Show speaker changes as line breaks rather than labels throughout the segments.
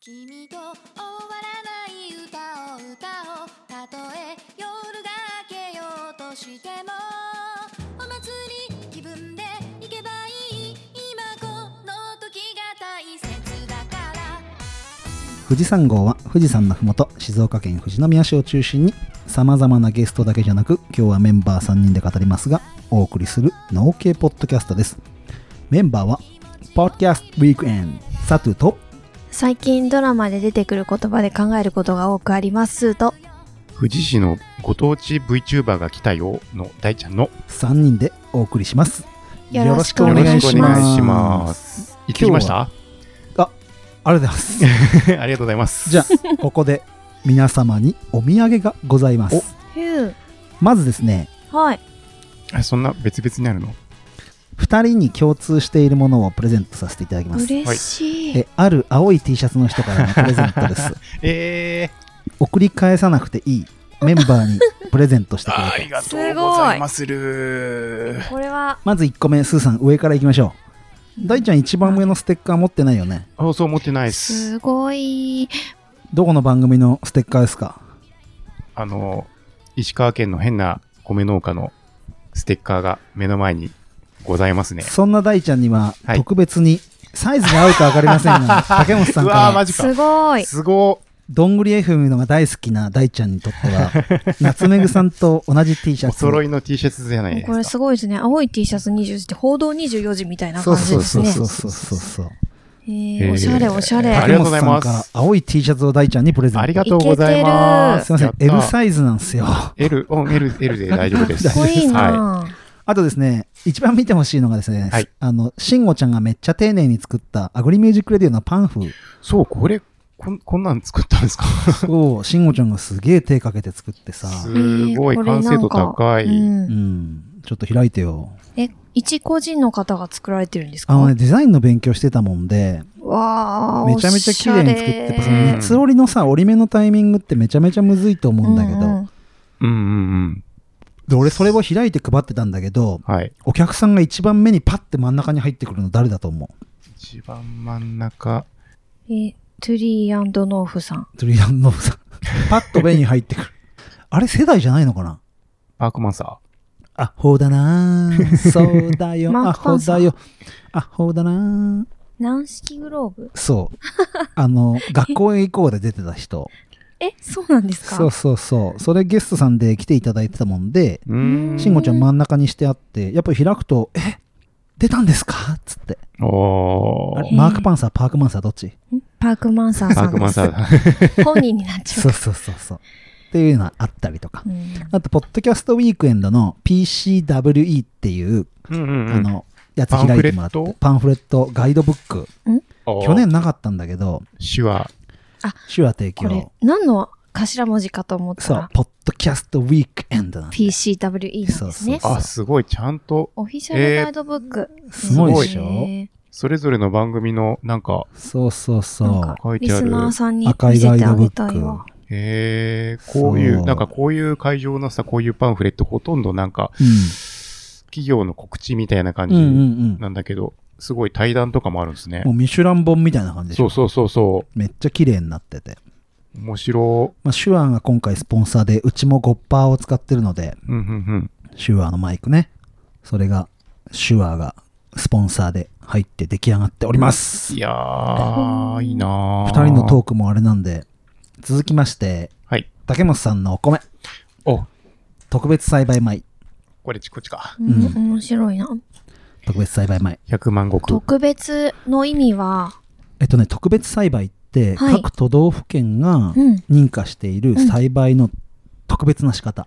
君と終わらない歌を歌おうたとえ夜が明けようとしてもお祭り気分で行けばいい今この時が大切だから
富士山号は富士山のふもと静岡県富士宮市を中心にさまざまなゲストだけじゃなく今日はメンバー3人で語りますがお送りする農系ポッドキャストですメンバーはポッドキャストウィークエンドサトゥと
最近ドラマで出てくる言葉で考えることが多くありますと
富士市のご当地 VTuber が来たよの大ちゃんの
3人でお送りします
よろしくお願いします
よろくお願いします行ってきました
ありがとうございます
ありがとうございます
じゃあここで皆様にお土産がございます
ヒュ
まずですね
ーはい
あそんな別々にあるの
2人に共通しているものをプレゼントさせていただきます
嬉しい、
えある青い T シャツの人 からのプレゼントです
え
送り返さなくていいメンバーにプレゼントして
ー、
くれ
あ
た
りがとうございまする
これは
まず1個目、スーさん、上からいきましょう。大ちゃん、一番上のステッカー持ってないよね。
あそう思ってないっす
すごい
どこの番組のステッカーですか
あの石川県の変な米農家のステッカーが目の前にございますね
そんな大ちゃんには、
はい
特別に、サイズが合うか分かりません が、竹本さん
う
か
わー
ら、
マジか
すごい
すご
どんぐり FM のが大好きな大ちゃんにとって は、夏目ぐさんと同じ T シ
ー
ャ
お
ツ。
揃いの T シャツじゃないです
これ
か
すごいですね青い T シャツ24時って報道24時みたいな
そ
感
う
じ
そ
で
う
す
そう
ね
そうそうそうそう。
え
へ
ー
ー
おしゃれおしゃれ
あり
竹
が
本
とうござい
さん
ます
から青い T シャツを大ちゃんにプレゼント。
ありがとうございます
すいません、
や
M
った
サイズなんですよ。
L、うん L、L で大丈夫です。
か
かっこいい
は
な、
あとですね、一番見てほしいのがですね、
はい
あの、慎吾ちゃんがめっちゃ丁寧に作ったアグリミュージックレディオのパンフ
い。そう、これ、こんこんなん作ったんですか
を慎吾ちゃんがすげえ手かけて作ってさ、
すごい
えーこれ
完
なんか
成度高い。
う
うんん、ちょっと開いてよ。
え一個人の方が作られてるんです
あ
か
のね、デザインの勉強してたもんで、
わあ
めちゃめちゃ綺麗に作って、やっぱその
うん
三つ折りのさ、折り目のタイミングってめちゃめちゃむずいと思うんだけど、
うんうん
うんうん
で、俺それを開いて配ってたんだけど、
うん。はい。
お客さんが一番目にパッて真ん中に入ってくるの誰だと思う
一番真ん中。
えトゥリーノーフさん
トゥリーランドのさ、パッと目に入ってくる。あれ世代じゃないのかな
パークマンサ
アホだなぁ。そうだよ。
マ
ア
ークパ
ホ
ンサー
だよ。アホだなぁ。
軟式グローブ
そう。あの、学校へ行こうで出てた人。
えそうなんですか
そうそうそう。それゲストさんで来ていただいてたもんで、
ー。うーん。
慎吾ちゃん真ん中にしてあって、やっぱり開くと、え出たんですかっつって。
お
あれ
ー。
マークパンサー、パークマンサーどっち
パークマンサー
パ
さ
ー
ん
クマン
です
サーだ。
本人になっちゃ
そううそうそうそう。っていうのはあったりとか
う。ん
あと、ポッドキャストウィークエンドの PCWE っていう、
うんうんう
あ
ん。
の、やつ開いてもらっ
パンフレッ
て
ト、
パンフレット、ガイドブック。
おー
去年。なかったんだけど、
手話。
手話提
これ
供。
何の頭文字かと思っ
そ
た
う
ら、
ポッドキャストウィークエンドなんで。
PCWE なんです
そうそ
ね
うそう
あ、すごい。ちゃんと、
オフィシャルガイドブック、
すごいでし
へ
ょ
ー
それぞれの番組の、なんか、
そうそう
なん
そ
か
書い
リ
てあ
ス
る
ナーさん
う。
に
赤
見
い
せ
ガイ
て
ド
あ
ブ
げ
ッ
たいわ
ク。
えー、こうい
そう
う、なんかこういう会場のさ、こういうパンフレット、ほとんどなんか、
う
企業の告知みたいな感
ん。うんうん
じ
うん。
なんだけど、すごい対談とかもあるんですね
も。うミシュラン本みたいな感じでし
そ
ょ
うそうそうそ
めっちゃ綺麗になってて。
う。面白
まあ、手話が今回スポンサーで、うちもゴッパーを使ってるので、
い。うんうんうん。
手話のマイクね。それが、手話がスポンサーで入って出来上がっております
い。やー、いいな
二
ー。
人のトークもあれなんで、続きまして、
はい。
竹本さんのお米、
お、
特別栽培米、
これちこっちか。
う
うん
ん、面白いな。
特別栽培米。
100万石。
特別の意味は、
えっとね、特別栽培って、
はい
各都道府県が
うん
認可している栽培の特別な仕方。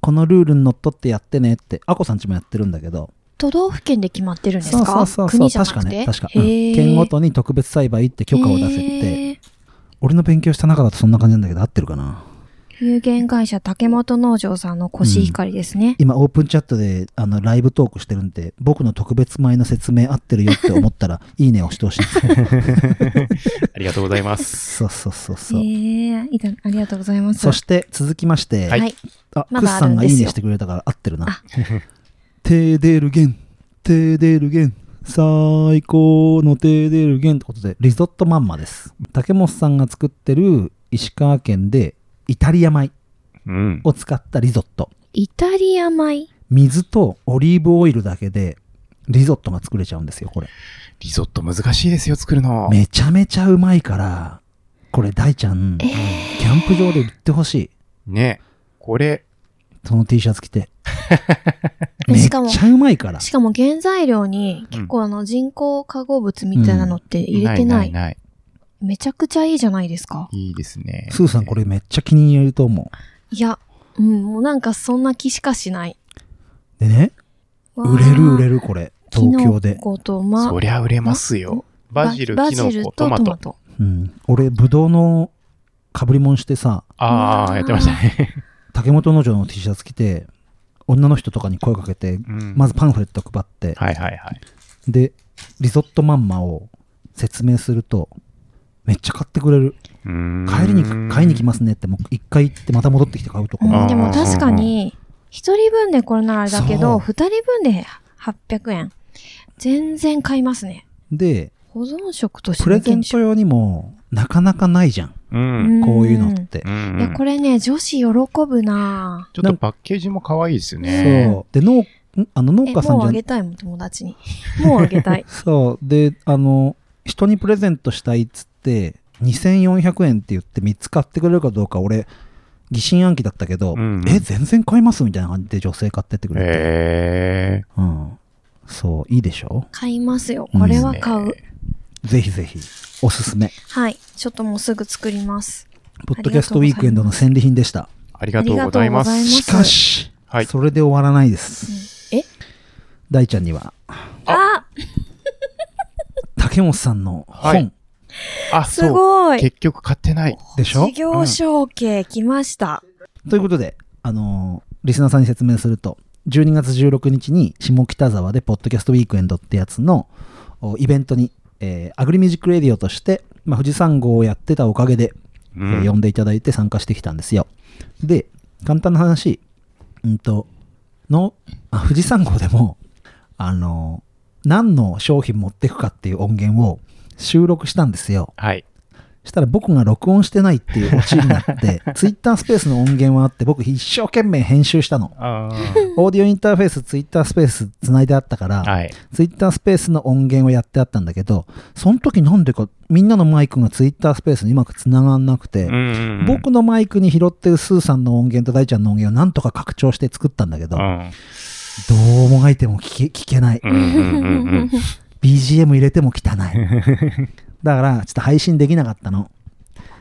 このルールにのっとってやってねって、あこさんちもやってるんだけど、
都道府県で決まってるんですか
そうそうそう
国じ
そ
ゃ
う、
な
確か
くて
ね、確か、
へ
うん
ー
県ごとに特別栽培って許可を出せって、
へー
俺の勉強した中だとそんな感じなんだけど、合ってるかな
有限会社竹本農場さんのコシヒカリですね。
今、オープンチャットであのライブトークしてるんで、僕の特別米の説明合ってるよって思ったら、いいねを押してほ しいです。
ありがとうござ います。
そうそうそう
え
そう。
えいたありがとうございます。
そして、続きまして、
はい
あ、
ま
ク
だ
スさんが
あるん
い
で
い
すよ
ねしてくれたから合ってるな
あ。
テーデルゲン、テーデルゲン、最高の手出る弦ってことで、リゾットまんまです。竹本さんが作ってる石川県でイタリア米
うん。
を使ったリゾット。
イタリア米
水とオリーブオイルだけでリゾットが作れちゃうんですよ、これ。
リゾット難しいですよ、作るの。
めちゃめちゃうまいから、これ大ちゃん、キャンプ場で売ってほしい。
ね。これ、
その T シャツ着て。めっ
し
ち
かも
ゃうまいから。
しかも原材料に結構あの人工化合物みたいなのって入れてない。
ないない
めちゃくちゃいいじゃないですか。
いいですね。
スーさんこれめっちゃ気に入れると思
いや、うん、もうなんかそんな気しかしない。
う。でね、売れる売れるこれ、東京
キ
で
ノ。コと、ま、
そりゃ売れますよ。バジル、
バ
キ
ジル
ノコ、
と
ト
ト
マ
マ
ト。
ト。
うん。俺、ぶどうの被り物してさ、
あ
う
あ、
わー
やってまし たね。
竹本農場の T シャツ着て、女の人とかに声かけて、
うん
まずパンフレット配って、
はいはいはい。
で、リゾットまんまを説明すると、めっちゃ買ってくれる。
うーん
帰りに、買いに来ますねって、もう一回行ってまた戻ってきて買うとか
う
も
ん、
あ
でも確かに、一人分でこれならあれだけ
そう
ど、二人分で800円。全然買いますね。
で、
保存食として
プレゼント用にもなかなかないじゃん。
うん。
こういうのって。
うん
いや、これね、女子喜ぶなぁ
ちょっとパッケージも可愛いですよね。
そう。で、農、んあの農
え、
家さん
もう
じゃ
あ
ん。
げたいもん、友達に。 もうあげたい
そう。で、あの、人にプレゼントしたいっつって、2400円って言って3つ買ってくれるかどうか、俺、疑心暗鬼だったけど、
うんうん
え、全然買いますみたいな感じで女性買ってってくれて。
へえ。
うん。そう、いいでしょ
買いますよ。これは買う。
ぜひぜひ、おすすめ。
はい。ちょっともうすぐ作ります。
ポッドキャストウィークエンドの戦利品でした。
ありがとうございま。
ありがとうございますす
しかし、
はい
それで終わらないです。
うんえ
大ちゃんには、
あ
竹本さんの本、
はいあ、
す
そう。
ごい
結局買ってない。
でしょ
事業承継来ました。
ということで、あのーリスナーさんに説明すると、12月16日に下北沢で、ポッドキャストウィークエンドってやつのおイベントに、えーアグリミュージックレディオとして、まあ、富士山号をやってたおかげで、
う
えー呼
ん。
んでいただいて参加してきたんですよ。で、簡単な話、うんと、の、あ富士山号でも、あのー何の商品持ってくかっていう音源を収録したんですよ。
はい。
したら僕が録音してないっていうオチにな って、ツイッタースペースの音源はあって、僕一生懸命編集したの。
あ
オーディオインターフェース、ツイッタースペース繋いであったから、
あ。はい。
ツイッタースペースの音源をやってあったんだけど、その時なんでか、みんなのマイクがツイッタースペースにうまく繋がんなくて、
うん
僕のマイクに拾ってるスーさんの音源と大ちゃんの音源をなんとか拡張して作ったんだけど、
う
ど
ん
うもがいても聞け聞けない。
うんうんうんうん
BGM 入れても汚い。だから、ちょっと配信できなかったの。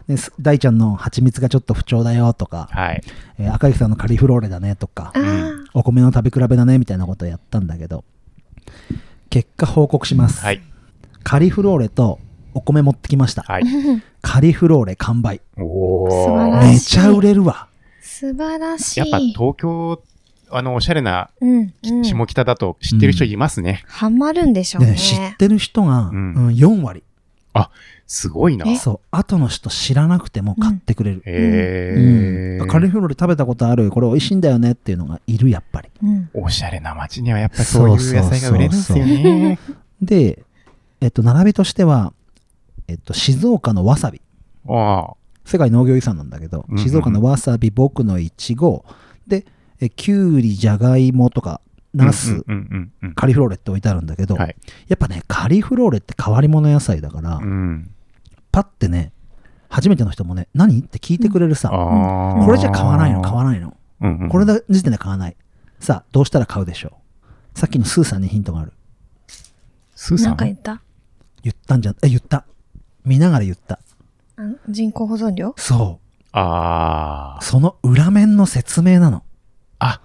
です大ちゃんの蜂蜜がちょっと不調だよとか、
はい。
えー赤池さんのカリフローレだねとか
あ、ー
お米の食べ比べだねみたいなことをやったんだけど、結果報告します。
はい。
カリフローレとお米持ってきました。
はい。
カリフローレ完売。
お
素晴
ー
らしい
めちゃ売れるわ。
素晴らしい。
やっぱ東京、あの、おしゃれな
うん、うん。
下北だと知ってる人いますね。
ハマるんでしょう
で
ね。
ね知ってる人が、う
うん
ん4割。
すごいな。へ
そう。後の人知らなくても買ってくれる。
え
うん。カリフローレ食べたことある。これ美味しいんだよねっていうのがいる、やっぱり。
うん。
おしゃれな街にはやっぱりそういう野菜が売れるんですよね。
で、えっと、並びとしては、えっと、静岡のわさび。
ああ。
世界農業遺産なんだけど、
うんうん
静岡のわさび、僕のいちご、で、えきゅうり、じゃがいもとか、なす、
うんうんうんうん。
カリフローレって置いてあるんだけど、
はい
やっぱね、カリフローレって変わり者野菜だから、
うん。
パッてね、初めての人もね、何って聞いてくれるさ、
ああ。
これじゃ買わないの、買わないの。
うんうん
これだ時点で買わない。さあ、どうしたら買うでしょう。さっきのスーさんにヒントがある。
スーさ
なんんか言った
言ったんじゃん、え、言った。見ながら言った。
うん人工保存料
そう。
ああ。
その裏面の説明なの。
あ、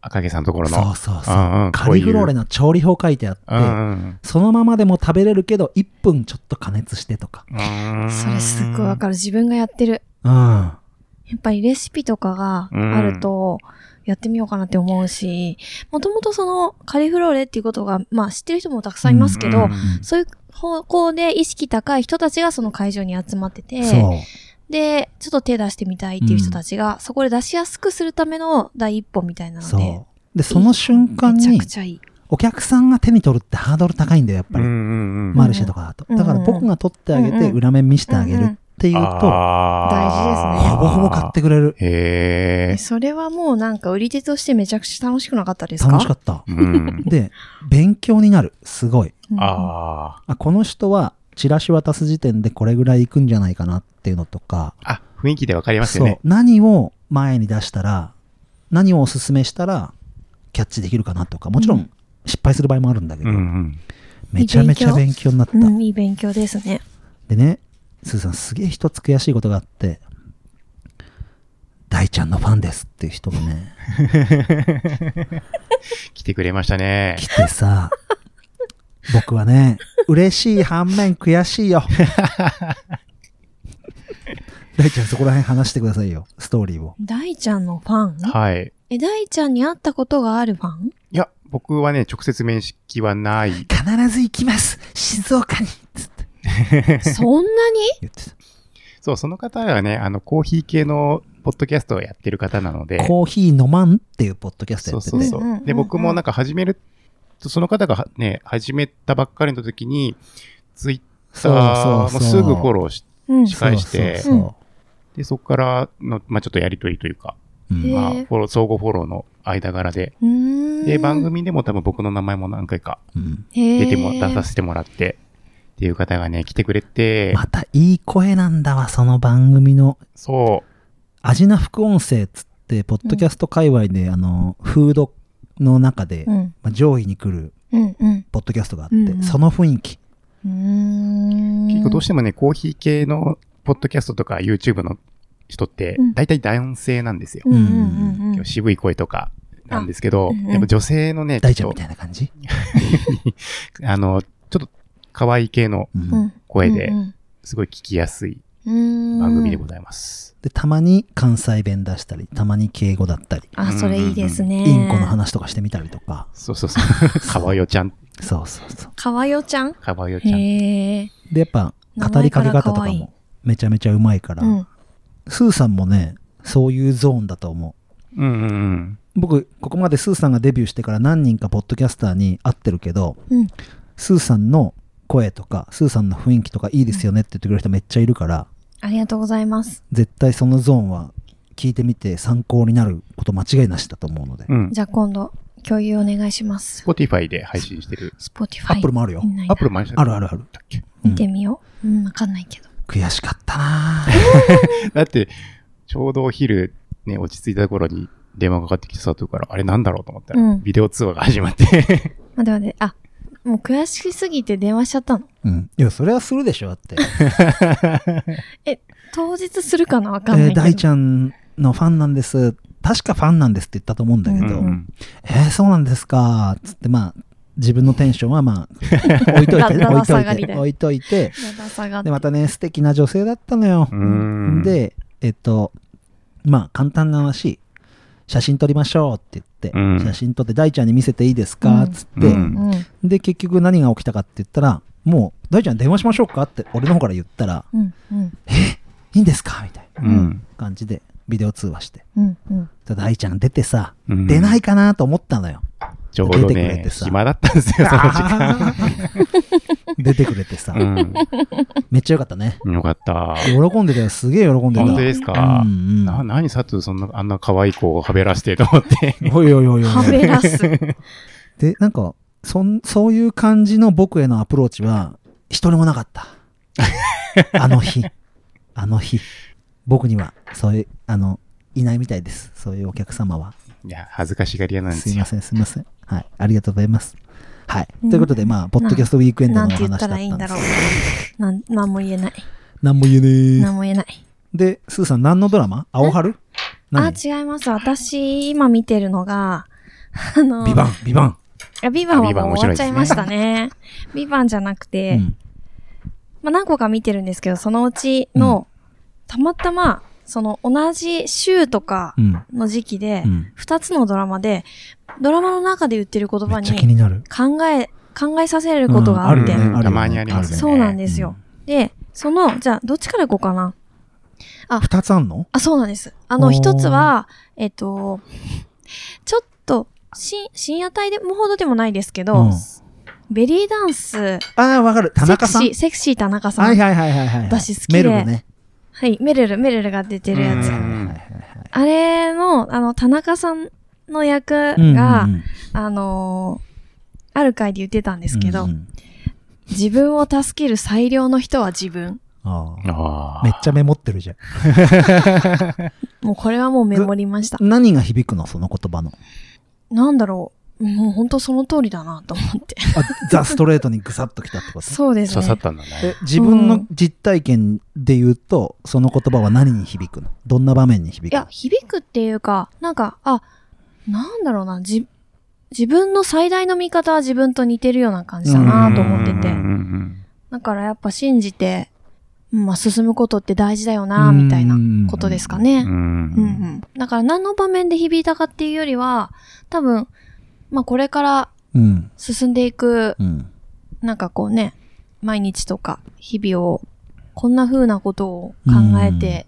赤毛さんのところの。
そうそうそう。
うんうん
カリフローレ
こ
の調理法書いてあって、
ういううんうん
そのままでも食べれるけど、1分ちょっと加熱してとか。
うーん。
それすっごいわかる。自分がやってる。
うん。
やっぱりレシピとかがあると、やってみようかなって思うし、もともとそのカリフローレっていうことが、まあ知ってる人もたくさんいますけど、
うんうん
そういう方向で意識高い人たちがその会場に集まってて、
そう。
で、ちょっと手出してみたいっていう人たちが、そこで出しやすくするための第一歩みたいなので、
そう。で、その瞬間
めちゃ
に
く、ちゃいい。
お客さんが手に取るってハードル高いんだよ、やっぱ
うん
り。
うんうん。
マルシェとかだと。
うん
だから僕が取ってあげ
うん
て、
うん
裏面見せてあげるっていうと、
あー
大事ですね
ほぼほぼ買ってくれる。
へ
え
え。
それはもうなんか売り手としてめちゃくちゃ楽しくなかったですか
楽しか
っ
った。
うん。
で、勉強になる。すごい。
た
ああ。
あ、この人は、チラシ渡す時点でこれぐらいいくんじゃないかなっていうのとか、
あ、雰囲気でわかります
そ
よ
う
ね。。
何を前に出したら、何をおすすめしたら、キャッチできるかなとか、もちろ
うん
失敗する場合もあるんだけ
う
ど、
んうん。
めちゃめちゃ勉強になった。
うん、いい勉強ですね。
でね、すーさんすげえ一つ悔しいことがあって、大ちゃんのファンですっていう人がね、
来てくれましたね。
来てさ、 僕はね、嬉しい反面悔しいよ。大ちゃんそこら辺話してくださいよ、ストーリーを。
大ちゃんのファン
はい。
え、大ちゃんに会ったことがあるファン
いや、僕はね、直接面識はない。
必ず行きます静岡につって
そんなに
言ってた。
そう、その方はね、あの、コーヒー系のポッドキャストをやってる方なので。
コーヒー飲まんっていうポッドキャストや
そ
っ
う
てて。
そう
うん
そ
うんうんう
う。
ん
で、僕もなんか始める、その方がはね、始めたばっかりの時に、ツイッタ
そう
ー
そ
も
うそう
すぐフォローし
うん。
し返して
そうそうそう
て、そこからの、まあちょっとやりとりというか、
うん
へー
まあ、フォロー、相互フォローの間柄で、
うーん。
で、番組でも多分僕の名前も何回か
うん
出
出
ても、出させてもらって、っていう方がね、来てくれて、
またいい声なんだわ、その番組の
そ
味な副音声っつって、ポッドキャスト界隈で、あの、フードの中で、
う
ま
ん。
あ、上位に来る
うん。うん。
ポッドキャストがあって、
うんうん
その雰囲気。
うーん。
う、結構どうしてもね、コーヒー系の、ポッドキャストとか YouTube の人って
うん、
大体男性なんですよ。
うんうんうんうん。
渋い声とかなんですけど、
あうんうん
でも女性のね、
大
ち
ちゃん
ょっ
みたいな感じ、
と、あの、ちょっと可愛い系の
う
うんん
声で
う、ん
すごい聞きやすい
うん。
番組でご
い
ざいます。
で、たまに関西弁出したり、たまに敬語だったり、
ます。あ、それいいですね。
インコの。話とかしてみたりとか、
そうそうそう。 かわよちゃん、
そうそうそう。
かわよちゃん
かわよちゃん。
へえ。
で、やっぱ、
名
語
前
り
か
かけ
ら
方と
可
か
愛い
もめちゃめちゃうまいから、
うん。
スーさんもね、そういうゾーンだと思う。
うんうんうん。
僕、ここまでスーさんがデビューしてから何人かポッドキャスターに会ってるけど、
うん。
スーさんの声とか、スーさんの雰囲気とかいいですよねって言ってくれる人めっちゃいるから、
ありがとうございます。
絶対そのゾーンは聞いてみて参考になること間違いなしだと思うので。
うん。
じゃあ今度、共有お願いします。
Spotify で配信してる。
スポティフ
ア
ァイ。
ップルもあるよ。
ない
ア
な
ップルも配信
あるあるある。
だっけ
見てみよう。うん、わかんないけど。
悔しかった なぁ
だって、ちょうどお昼、ね、落ち着いた頃に電話がかかってきて佐藤から、あれなんだろうと思ったら、
うん
ビデオ通話が始ま って、
待って待って、あ、もう悔しすぎて電話しちゃったの。
うん。いや、それはするでしょ、だって。
当日するかなわ
え
かんないけ
ー
ど。
大ちゃんのファンなんです。確かファンなんですって言ったと思うんだけ
う
ど、
んうん
えー、そうなんですか。つって、まあ、自分のテンションは まあ、置い といてね、
だ
置い
だ
と
下
い
がり
て、
で
置いといて、
やばさがあって
で、またね、素敵な女性だったのよ
う。ん。、
で、えっと、まあ、簡単な話、写真撮りましょうって言って、
うん
写真撮って、大ちゃんに見せていいですか
うん
つって、
うん
うん。
で、結局何が起きたかって言ったら、もう、大ちゃん電話しましょうかって、俺の方から言ったら、
うん。うん。
いいんですかみたいな
うん。
感じで、ビデオ通話して。
うん。うん。
で大ちゃん出てさ、
うん
出ないかなと思ったのよ。
ちょうど
出てくれ
ね
て、さ
暇だったんですよ、その時間。
出てくれてさ、めっちゃよかったね。
うん。よかった。
喜んでたよ、すげえ喜んでた。
本当ですか
う。ん
な、
う
何佐藤そんな、あんな可愛い子をはべらしてと思って。
ん。おいおいおいおい。
はべらす。
で、なんか、そん、そういう感じの僕へのアプローチは、一人もなか った。あの日。あの日。僕には、そういう、あの、いないみたいです。そういうお客様は。
いや、恥ずかしがり屋なんですす
い
よ
ま。せん、すいません。はい。ありがとうございます。はい。
うん
ということで、まあ、ポッドキャストウィークエンドの
な
お
んて
話
言
だっ
っ
た
た
ん
らいいん
で
だろ
す。
う。なん、なんも言えない。
なんも言えねえ
なんも言えない。
で、スーさん、何のドラマ青春
あ、
何
違います。私、今見てるのが、あの、
ビバン、ビバン。
いやビバンは
あビバン
もう
面
終
白
わ
い
っち
で
ゃ
す
い
ね
ましたね。ビバンじゃなく
う
て、
ん。
まあ、何個か見てるんですけど、そのうちの、たまたま、その同じ週とか
うん。
の時期で
う、ん。
二つのドラマで、ドラマの中で言ってる言
め
葉
っ
に
ちゃ気になる。
考え、考えさせることがあって、
うんあるよね
たまにありますね。
そうなんですよ。で、その、じゃあ、どっちから行こうかな。
二つあんの
あ、そうなんです。あの、
おー
一つは、えっと、ちょっと深深夜帯でもほどでもないですけど、
うん
ベリーダンス、
ああ、わかる。田中さん
セクシー、。セクシー田中さん。
は
はいい、
はいはいはいはい。
私好き
メ
で
ルルね。
メレル、メレルが出てるや
う
つ。
ん
はいはいはいはい
あれの、あの、田中さんの役が、
うんうんうん
あのーある回で言ってたんですけど、
うんうん
自分を助ける最良の人は自分。
あー
ああ。
めっちゃメモってるじゃん。
もうこれはもうメモりました。
何が響くのその言葉の。
なんだろう。もう本当その通りだなと思って。
あザ・ストレートにぐさっときたってこと
そうです
刺さっ
ね。
たんだ
え
ね。
自分
う
の
ん
実体験で言うと、その言葉は何に響くのどんな場面に響
い
くの
や、響くっていうか、なんか、あ、なんだろうな、じ、自分の最大の味方は自分と似てるような感じだなと思ってて
うん。うん
だからやっぱ信じて、うんまあ進むことって大事だよな、みたいなことですかね
う。ん。
う
うん。
うんん。だから何の場面で響いたかっていうよりは、多分、まあこれから
うん。
進んでいく、
うん。
なんかこうね、毎日とか日々を、こんな風なことを考えて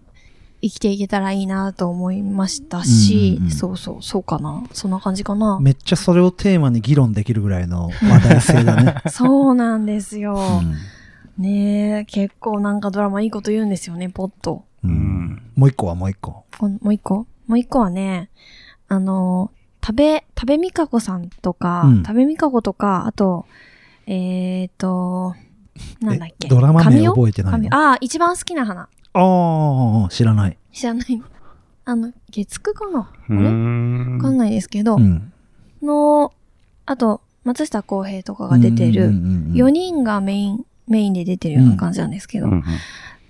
生きていけたらいいなと思いましたし
うんうんう、ん
そうそう、そうかな。そんな感じかな。
めっちゃそれをテーマに議論できるぐらいの話題性だね。
そうなんですよ。
う
ねえ、結構なんかドラマいいこと言うんですよね、ポッと。
んうんもう一個はもう一個。
こんもう一個もう一個はね、あの、食べ、食べみかこさんとか、
うん
食べみかことか、あと、えーと、なんだっけ。
えドラマ名
神尾
覚えてない
神尾
のあ
ああ、一番好きな花。
あー、知らない。
知らない。あの、月9かなあ
う
れわ
ん。
かんないですけど、
うん。
の、あと、松下洸平とかが出て
うん
る、
うんうん
4人がメイン、メインで出てるような感じなんですけど、
うんうん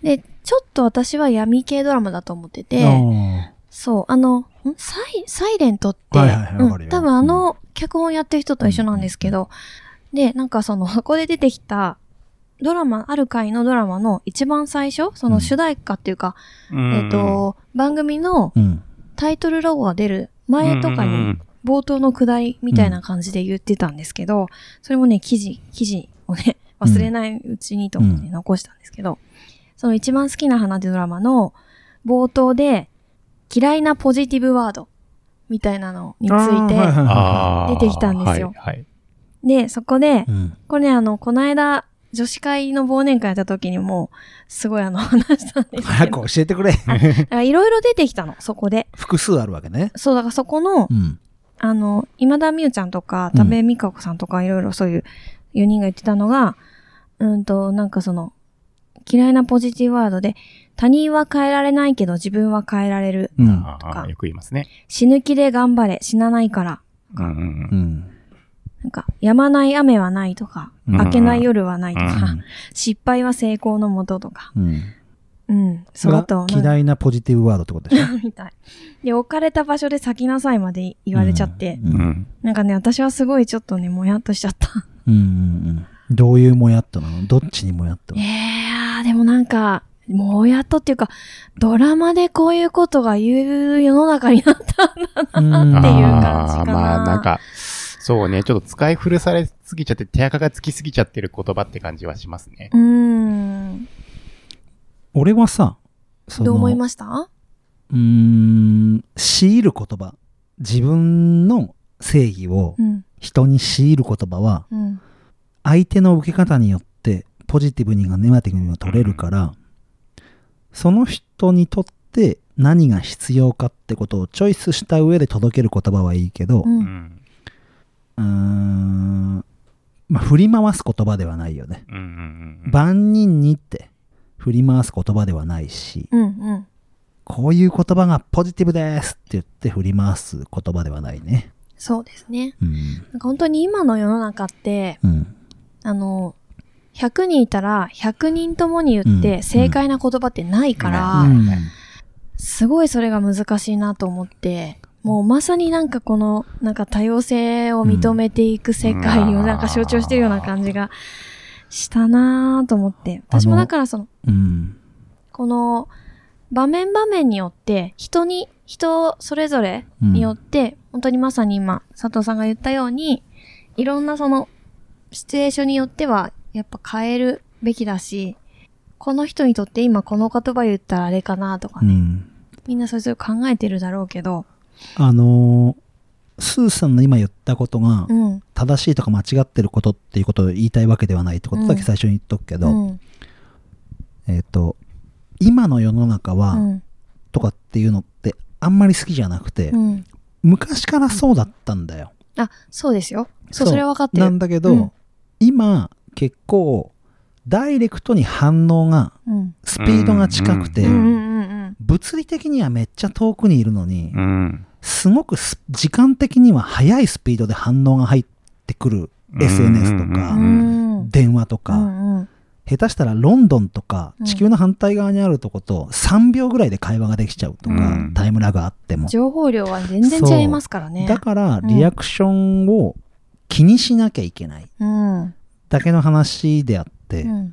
で、ちょっと私は闇系ドラマだと思ってて、
あ
そう、あの、んサイ、サイレントって、
はいはいはいわかる
うん、
よ
多分あの、脚本やってる人と一緒なんですけど、で、なんかその、 ここで出てきた、ドラマ、ある回のドラマの一番最初、その主題歌っていうか、えっ、と、番組の
ーうん。
タイトルロゴが出る前とか
うんうんう
に
ん、
冒頭のくだりみたいな感じで言ってたんですけど、それもね、記事、記事をね、忘れないうちにと思ってね
う
残したんですけど、その一番好きな花でドラマの冒頭で、嫌いなポジティブワードみたいなのについて、
あー
出てきたんですよ
はいはい。
で、そこ
て、
で
うん。
これね、あの、この間、女子会の忘年会やった時にも、すごいあの、話したんですけ
早
ど、
く教えてくれ。
だからいろいろ出てきたの、そこで。
複数あるわけね。
そう、だからそこの
う、ん。
あの、今田美優ちゃんとか、
うん
多部美香子さんとか、いろいろそういう4人が言ってたのが、うんと、なんかその、嫌いなポジティブワードで、他人は変えられないけど自分は変えられる。
うん。
あ
か
あ、よく言いますね。
死ぬ気で頑張れ、死なないから。
うんうん
う。ん。
なんか、やまない雨はないとか、
うん
明けない夜はないとか、
うん
失敗は成功のもととか。
うん。
うん、そうだ
が
と。
嫌いなポジティブワードってことでしょ。
なんかみたい。で、置かれた場所で咲きなさいまで言われちゃって、
うん。う
う
ん
ん
なんかね、私はすごいちょっとね、もやっとしちゃった。
うんうん。どういうもやっとなのどっちにもやっと
いやー、でもなんか、もうやっとっていうか、ドラマでこういうことが言う世の中になったんだ。
うん
っ
あ
ていう
ー
感じかな
まあなんか、そうね、ちょっと使い古されすぎちゃって、手垢がつきすぎちゃってる言葉って感じはしますね。
うーん。
俺はさ、その
どう思いました
うーん、強いる言葉。自分の正義を
うん。
人に強いる言葉は、
うん。
相手の受け方によってポジティブにがネガティブにも取れるから、その人にとって何が必要かってことをチョイスした上で届ける言葉はいいけど、
う。
うんん。
うーんまあ振り回す言葉ではないよね。
うんうんうん。
万人にって振り回す言葉ではないし、
うん。うん。
こういう言葉がポジティブですって言って振り回す言葉ではないね。
そうですね。
うん。
なんか本当に今の世の中って、
うん。
あの、100人いたら100人ともに言っ
うん
て正解な言葉ってないから、
う
うん
すごいそれが難しいなと思って、もうまさになんかこの、なんか多様性を認めていく世界
う
を
ん
なんか象徴してるような感じがしたなぁと思って。私もだからその、
うん。
この場面場面によって、人に、人それぞれによって、本当にまさに今、佐藤さんが言ったように、いろんなその、シチュエーションによっては、やっぱ変えるべきだし、この人にとって今この言葉言ったらあれかなとかね
うん。
みんなそれぞれ考えてるだろうけど、
あのースーさんの今言ったことが
うん。
正しいとか間違ってることっていうことを言いたいわけではないってことだけ最初に言っとくけど、
うん。
えっ、と今の世の中
う
は
ん。
とかっていうのってあんまり好きじゃなくて、
うん。
昔からそうだったんだよ。
あ、そうですよ。そう、
う
それは分かって
なん
る。
だけど、
うん
今結構ダイレクトに反応が
うん。
スピードが近くて、
うんう
うんん
うん
物理的にはめっちゃ遠くにいるのに、
うん。
すごくす時間的には速いスピードで反応が入ってくる SNS と
う。
か、
うん
うん。
電話とか、
うんうん。
下手したらロンドンとか
うん
地球の反対側にあるとこと3秒ぐらいで会話ができちゃうとか、
うん
タイムラグあっても、
情報量は全然違いますからね。
だから
うん
リアクションを気にしなきゃいけない
うん。う
だけの話であって、
ん。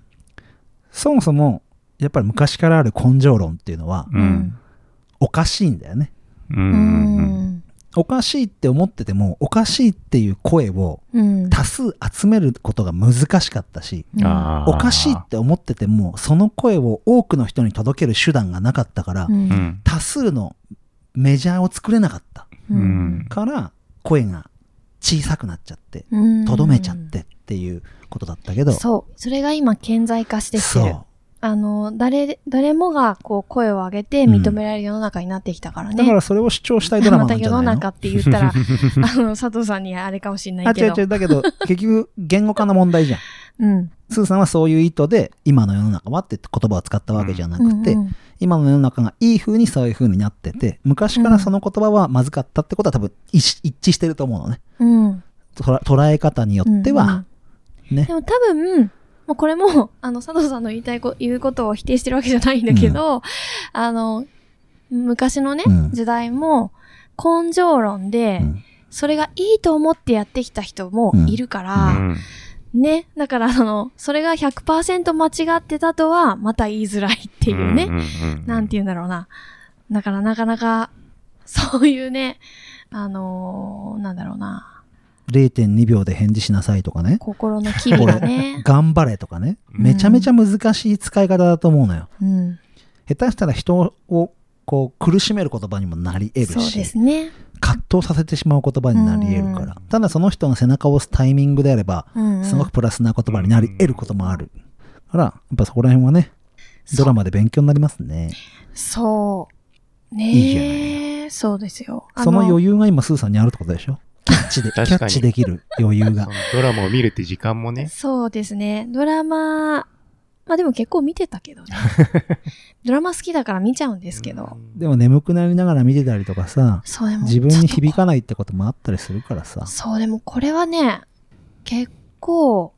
そもそもやっぱり昔からある根性論っていうのは
うん。
おかしいんだよね
う。
うんん。
おかしいって思っててもおかしいっていう声を
うん。
多数集めることが難しかったし
あー
おかしいって思っててもその声を多くの人に届ける手段がなかったから、
う。
うんん。
多数のメジャーを作れなかった
う
うんん。
から声が小さくなっちゃって
うん。
とどめちゃってっていうことだったけど、
そう。それが今、顕在化してきてる。あの、誰、誰もが、こう、声を上げて認められる世の中になってきたからね。
だからそれを主張したいドラマ
ま
な
た
んじ
世
ゃな
の
いの
中って言ったら、あの、佐藤さんにあれかもしれな
あ
いけ
違う
ど。
違うだけど結局言語化の問題じゃん
うん。
スーさんはそういう意図で今の世の中はって言葉を使ったわけじゃなくて、
うんうん
今の世の中がいい風にそういう風になってて昔からその言葉はまずかったってことは多分一一致してると思うのね
うん。
とら捉え方によっては、ね
でも多分、もうこれも、 あの、佐藤さんの言いたいこ言うことを否定してるわけじゃないんだけど、あの、昔のね、
うん
時代も、根性論で、
うん
それがいいと思ってやってきた人もいるから、ね。だから、あの、それが100%間違ってたとは、また言いづらいっていうね。なんて言うんだろうな。だからなかなか、 そういうね、あのーなんだろうな。
0.2秒で返事しなさいとかね
心の機微がね。
頑張れとかね
うん
めちゃめちゃ難しい使い方だと思うのよ、
うん。
下手したら人をこう苦しめる言葉にもなり得
そ
る
うで
し
すね。
葛藤させてしまう言葉になり得るから、ただその人の背中を押すタイミングであれば
うん、うん。
すごくプラスな言葉になり得ることもある。だから、やっぱそこら辺はね、ドラマで勉強になりますね。
そう。
いいじゃ
ねえ。そうですよ。あ
その余裕が今、スーさんにあるってことでしょキャッチで、キャ
確かに
ッチできる余裕が。
ドラマを見るって時間もね。
そうですね。ドラマ、まあでも結構見てた けどね。ドラマ好きだから見ちゃうんですけど。
でも眠くなりながら見てたりとかさ、
そうでも。
自分に響
か
かないってこともあったりするからさ。
そう、でもこれはね、結構、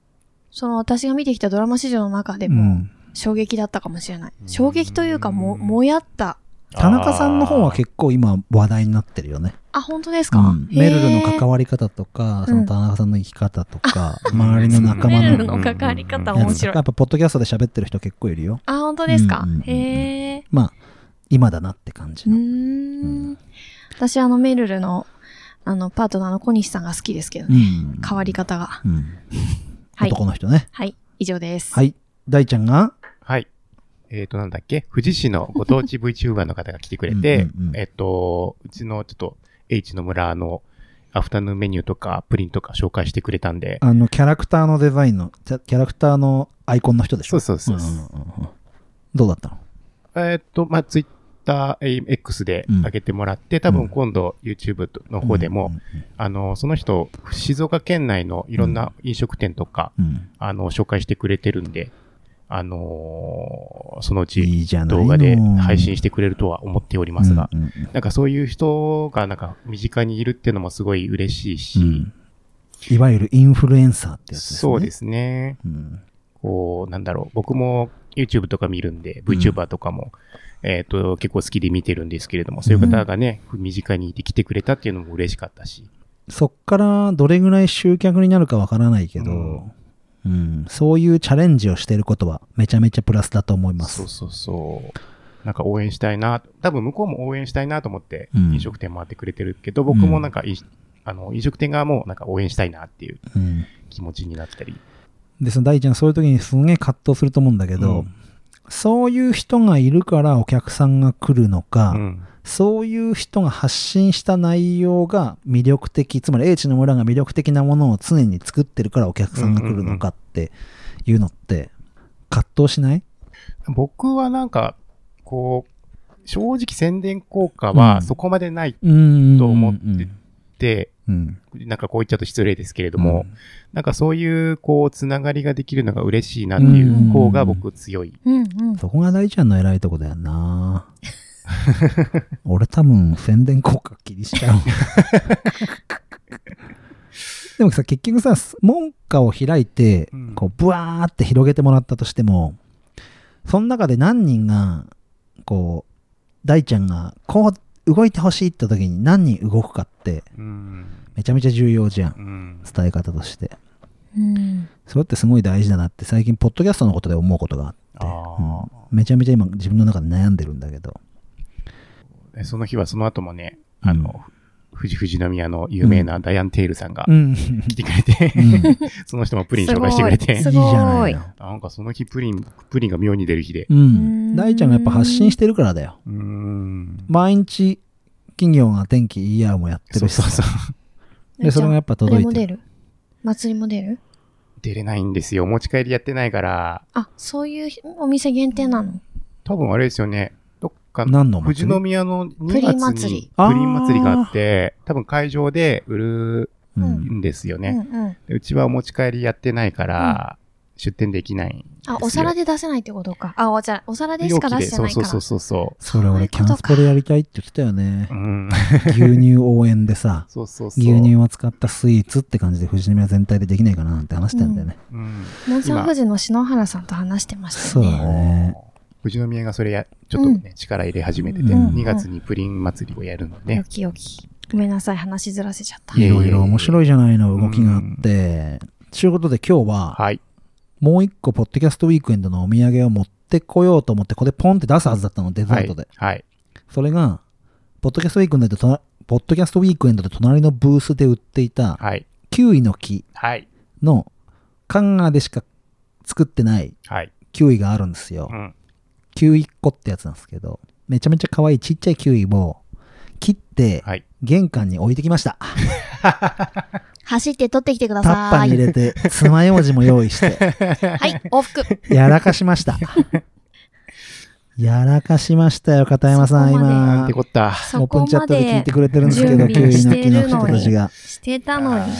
その私が見てきたドラマ史上の中で
う
も
ん。
衝撃だったかもしれない。
うん
衝撃というかも、もやった。
田中さんの方は結構今話題になってるよね。
あ、本当です
う
か、
ん、メルルの関
わ
わり方とか、その田中さんの生き方と か、周りの仲
り
間
メル
の
ルの関わり方面白い。
や
あ
っ、ぱポッドキャストで喋ってる人結構いるよ。
本当ですか
うんうんうん
へえ。
まあ、今だなって感じ
う
の。
ーん。私あのメルルの、あの、パートナーの小西さんが好きですけどね。
うん
変わり方が。
うん、
はい
男の人ね。
はい。以上です。
はい。大ちゃんが、
はい。えっ、と、なんだっけ富士市のご当地 VTuber の方が来てくれて
うんうんう、ん
えっと、うちのちょっと H の村のアフタヌーンメニューとかプリンとか紹介してくれたんで、
あの、キャラクターのデザインの、キャキャラクターのアイコンの人でしょ
そうそうそう。
んんうんうんどうだったの
えーっと、まあ、ツイッター、X で上げてもらって、多分今度 YouTube の方でも、、あの、その人、静岡県内のいろんな飲食店とか、
うんうんうん
あの、紹介してくれてるんで、あのーそのう
い
ち
いじゃない
動画で配信してくれるとは思っておりますが、
うんうんうん
なんかそういう人がなんか身近にいるっていうのもすごい嬉しいし、
うんいわゆるインフルエンサーってやつですね。
そうで。すね。
ん、
こう、なんだろう、僕も YouTube とか見るんで、VTuber とかも、えっ、と、結構好きで見てるんですけれども、そういう方がね、身近にいて来てくれたっていうのも嬉しかったし、
そっからどれぐらい集客になるかわからないけど、う
うんん
そういうチャレンジをしてることはめちゃめちゃプラスだと思います。
そうそうそう。なんか応援したいな、多分向こうも応援したいなと思って、
うん
飲食店回ってくれてるけど、僕もなんかい、あの、飲食店側もなんか応援したいなっていう
うん
気持ちになったり。
でその大ちゃんそういう時にすげえ葛藤すると思うんだけど、
うん
そういう人がいるからお客さんが来るのか、
うん
そういう人が発信した内容が魅力的、つまり英知の村が魅力的なものを常に作ってるからお客さんが来るのかっていうのって、葛藤しない
僕はなんか、こう、正直宣伝効果
うん
はそこまでないっ
うん
と思ってて、
うん。
なんかこう言っちゃうと失礼ですけれども、なんかそういう、こう、つながりができるのが嬉しいなっていう方が僕強い。
うんうん。
そこが大ちゃんの偉いとこだよ な俺多分宣伝効果気にしち ゃう。でもさ、結局さ、門下を開いて
う、ん
こう、ブワーって広げてもらったとしても、その中で何人が、こう、大ちゃんが、こう、動いてほしいって時に何人動くかって、
うん。
めちゃめちゃ重要じゃん。
うん。
伝え方として。
うん。
それってすごい大事だなって、最近、ポッドキャストのことで思うことがあって
あー
うんめちゃめちゃ今自分の中で悩んでるんだけど。
えその日はその後もね、あの、富士富士宮の有名なダイアン・テイルさんが
うん。
来てくれて、
うんいい
その人もプリン紹 介してくれて
す、
じゃな
ご
い
い
の。
なんかその日プリン、プリンが妙に出る日で、
う
うん
ん。大ちゃんがやっぱ発信してるからだよ。
うーん。
毎日企業が天気 ER もやって
そ
る
う
しさ
そうそう。
で、それがやっぱ
あれ
届い
も
て
出
る。
る祭りも出る
出れないんですよ。持ち帰りやってないから、
あ、そういうお店限定なの
多分あれですよね。どっか
何の
富士
祭り
宮の2
プリン
月
祭
に
り
プリン祭りがあって、多分会場で売る
うん
んですよ
う
ね。
んうん。
でうちはお持ち帰りやってないから、出店できないんですよ。
あ、お皿で出せないってことか。あ、お茶、お皿でしか出して
そう
ないか
そう
ら。
そうそうそ
それ俺キャンスポでやりたいって言ってたよ ね
う。う。ん。、
牛乳応援でさ
そうそうそう。
牛乳を使ったスイーツって感じで富士宮全体でできないかななんて話してたんだよね。
うん。
モンサン富士の篠原さんと話してました
そう
よ
だ
ね。
ね。
富士宮がそれや、ちょっとね、力入れ始めてて、
うん
2月にプリン祭りをやるの
よ
ね。
きよき。ごめんなさい、話ずらせちゃった
い。
い
えいえ
ろいろ面白いじゃないの動きがあって。ということで今日は、
はい。
もう一個、ポッドキャストウィークエンドのお土産を持ってこようと思って、ここでポンって出すはずだったの、デザ
は
ー
い
トで。。
はい。
それが、ポッドキャストウィークエンドでとな、ポッドキャストウィークエンドで隣のブースで売っていた、
はい。
キウイの木
はい。
の、カンガーでしか作ってない
はい。
キウイがあるんですよ
う。ん。
キウイっ子ってやつなんですけど、めちゃめちゃ可愛いちっちゃいキウイを切って、
はい。
玄関に置いてきました。
走って取ってきてくだ
タッパ
さ
ー
い。
に入れて、爪楊枝も用意して、
はい、往復。
やらかしました。やらかしましたよ、片山さん、
そこまで
今
なんて。こった。
オ
そ
ープン
こ
チャッ
ま
トで聞い
で
てくれてるんですけど、
準
キウイの
備して
木の
る
人
の
たち
に
が。
してたのに。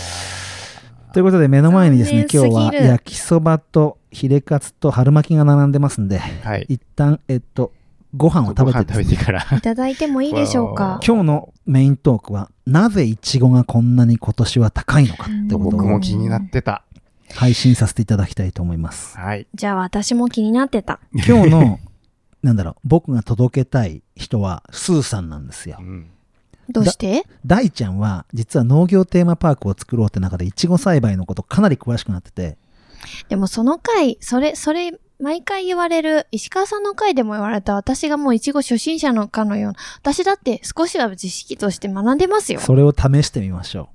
ということで、目の前にですね、
残
今
念
日は
すぎる
焼きそばとヒレカツと春巻きが並んでますんで、
はい。
一旦、えっと、ご飯を食
ご
べ
飯
てで
食べ
す
て
ね
から。
いただいてもいいでしょうか。
今日のメイントークは、なぜイチゴがこんなに今年は高いのかってこと
僕
を
も気になってた。
配信させていただきたいと思います。
はい。
じゃあ私も気になってた。
今日の、なんだろう、僕が届けたい人は、スーさんなんですよ
う。ん。
どうして
大ちゃんは、実は農業テーマパークを作ろうって中で、イチゴ栽培のことかなり詳しくなってて、
でもその回、それ、それ、毎回言われる、石川さんの回でも言われた、私がもういちご初心者のかのような、私だって少しは知識として学んでますよ。
それを試してみましょ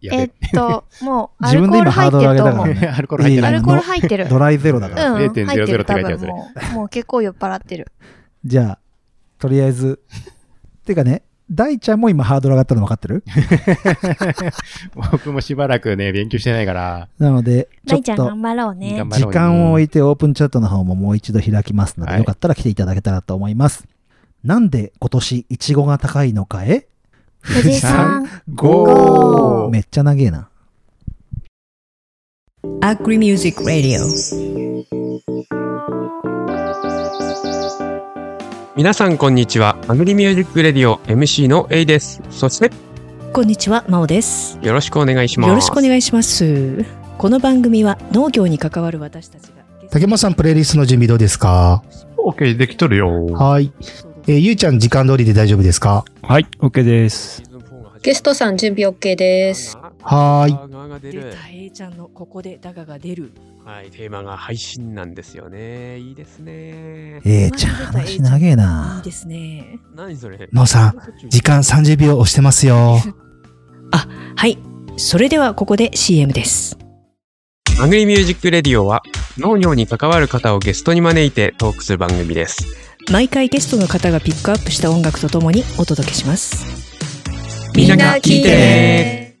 や
え
べ
っと、もう、ア
自
ル
分
コ
で今
ール入ってると
ハードル上げた
思
か
う
ら。ね
アルコール入って
いい
ア
ない
い
ル
い。
コール入っ てる
う。。ドライゼロだから。
うん、入って
0.00
る
って書いてあ
多
る
分もう、もう結構酔っ払ってる。
じゃあ、とりあえず、てかね、大ちゃんも今ハードル上がったの分かって る
僕もしばらくね、勉強してないから。
なので、ちょ
大
っ
ちゃん
と
頑張ろうね
頑。張
時
ろうね
間を置いてオープンチャットの方ももう一度開きますので、
はい
よかったら来ていただけたらと思います。なんで今年イチゴが高いのかへ
藤井さん。
ゴ
め
ー
っちゃ長えな。
Agri Music Radio.
皆さんこんにちは。アグリミュージックレディオ MC の A です。そして
こんにちは、まおです。
よろしくお願いします。
よろしくお願いします。この番組は農業に関わる私たちが。
竹本さん、プレイリストの準備どうですか
OK できとるよ。
はい。えーゆうちゃん、時間通りで大丈夫ですか
はい、OK です。
ゲストさん準備 OK です。
はーい
い
出た、えいちゃんのここでだがが出る。
はい、テーマが配信なんですよね。いいですね。
ええちゃん、話長え
いい
な。
ですね。
何それ
のうさん、時間30秒押してますよ。
はい。それではここで CM です。
アグリミュージックレディオは農業に関わる方をゲストに招いてトークする番組です。
毎回ゲストの方がピックアップした音楽とともにお届けします
みんな聞いてね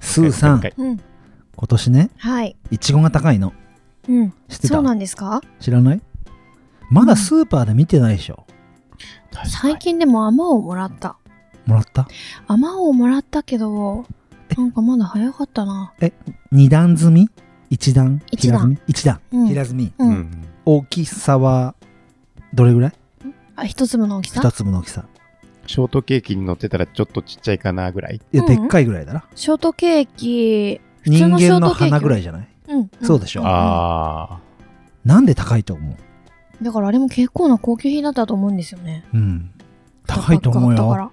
スーさん、
はい
うん。
今年ね、
はい。
いちごが高いの。
うん。
知ってた
そうなんですか
知らないまだスーパーで見てないでしょ。
最近でもアマをもらった。
もらった
アマをもらったけど、なんかまだ早かったな。
二段積み一段
一段
平積み一段、
うん
平積み。
う。
うんん。
大きさは、どれぐらい
あ、一粒の大きさ
二粒の大きさ。
ショートケーキに乗ってたらちょっとちっちゃいかなぐらい。
いや、
うんう
で
ん
っかいぐらいだな。
ショートケーキ、普
人
通のショ
間
ートケーキ
の花ぐらいじゃない
うん。
そうでしょ
ん
あ
なんで高いと思う
だからあれも結構な高級品だったと思うんですよね。
うん。高いと思うよ。
だか
だ
ら。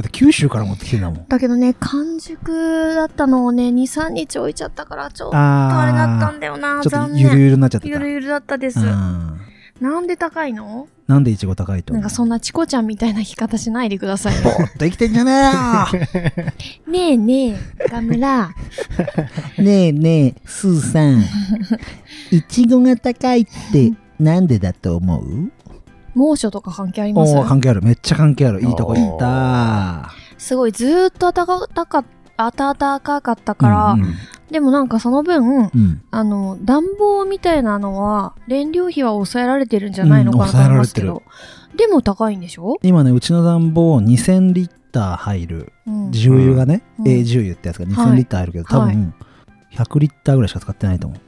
って九州から持ってきてんだもん。
だけどね、完熟だったのをね、2、3日置いちゃったから、ちょっとあれだった
あ
んだよ
ー、
な。
ちょっ
残
とゆる
念。
ゆるになっちゃって
ゆ
た。
るゆるだったです。
うん。
なんで高いの
なんでいちご高いと
な
思
ん
う
かそんなチコちゃんみたいな弾き方しないでください
ぼ
よ。
ーっと生きてんじゃね
ねえねえ、岡村。
えよねえねえ、スーさ ん。いちごが高いってなんでだと思う
猛暑とか関係あります
おー関係ある。めっちゃ関係ある。いいとこ行った。
すごい、ずーっと暖かか暖かかったから、
うんうん
でもなんかその
う
分、
ん。
あの、暖房みたいなのは、燃料費は抑えられてるんじゃないのかなと思いますけ
うん
ど。でも高いんでしょ、
今ね、うちの暖房2000リッター入る。
うん、
重油がね、
うん
えー重油ってやつが
は
2000
い
リッター入るけど、多分100リッターぐらいしか使ってないと思
あ。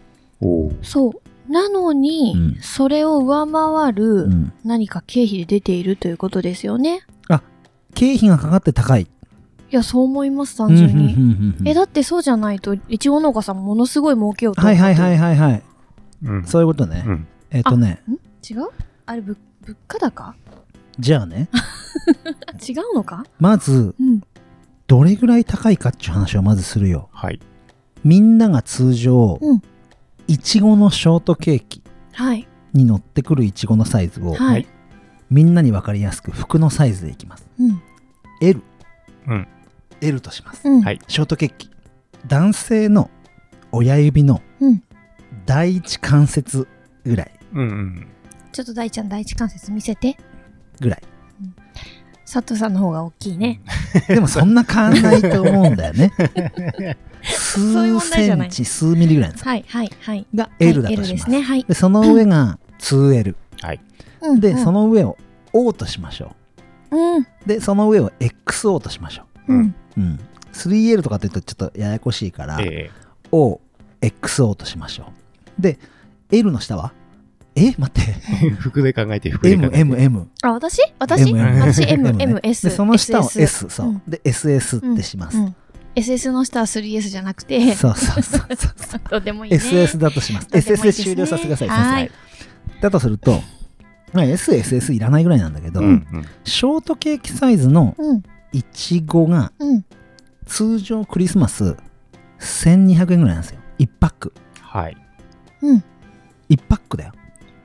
お
そう。なのに、
うん
それを上
う。
回
う
る
ん。
何か経費で出ているということですよね。
経費がかかって高い。
いや、そう思います、単純
うんうん
に。
うんうん
え、だってそうじゃないと、いちご農家さんものすごい儲けようと思
はい
って。
はいはいはいはい。
うん。
そういうことね。
うん
えっ、とね、
違うあれ、ぶ物価高
じゃあね、
あ違うのか
まず、
うん。
どれぐらい高いかっていう話をまずするよ。
はい。
みんなが通常
うん、
いちごのショートケーキ
はい。
に乗ってくるいちごのサイズを、
はい。
みんなに分かりやすく服のサイズでいきます。
うん。
L。
うん。
L とします。
うん。
はい
ショートケーキ。男性の親指の
うん
第一関節ぐらい。
うんうん。
ちょっと大ちゃん第一関節見せて。
ぐらい。
うん、佐藤さんの方が大きいね。
でもそんな変わんないと思うんだよ ね。
ういう
数
問題じ
セ
ゃな
ン
い
チ、数ミリぐらいの差
はいはいはい。
が L だと
はい
し
L で
ますす。
ね。はい。
で、その上が 2L。
うん
で、そ
の、
の上を O としましょ
うん。
う。で、その上を XO としましょ
うん。
う。うん。3L とかって言うとちょっとややこしいから、
え
O、XO としましょう。で、L の下はえ待 って。
え。服で考えて、服で考
M、
え
M、
て。
M。
あ、私私
M
私 M、
ね
M、S。
で、その下を
SS。。
S、そううんで、SS ってします
う。ん。SS の下は 3S じゃなくて、
そうそうそうそう。
どうでもいいね。
SS だとします。
とてもい
SS
いで
です
ね
終了させてください。
はい
先生だとすると、まあ S、SS いらないぐらいなんだけど、
うんうん。
ショートケーキサイズの
うん。
いちごが
うん。
通常クリスマス1200円ぐらいなんですよ。1パック。
はい。
うん。
1パックだよ。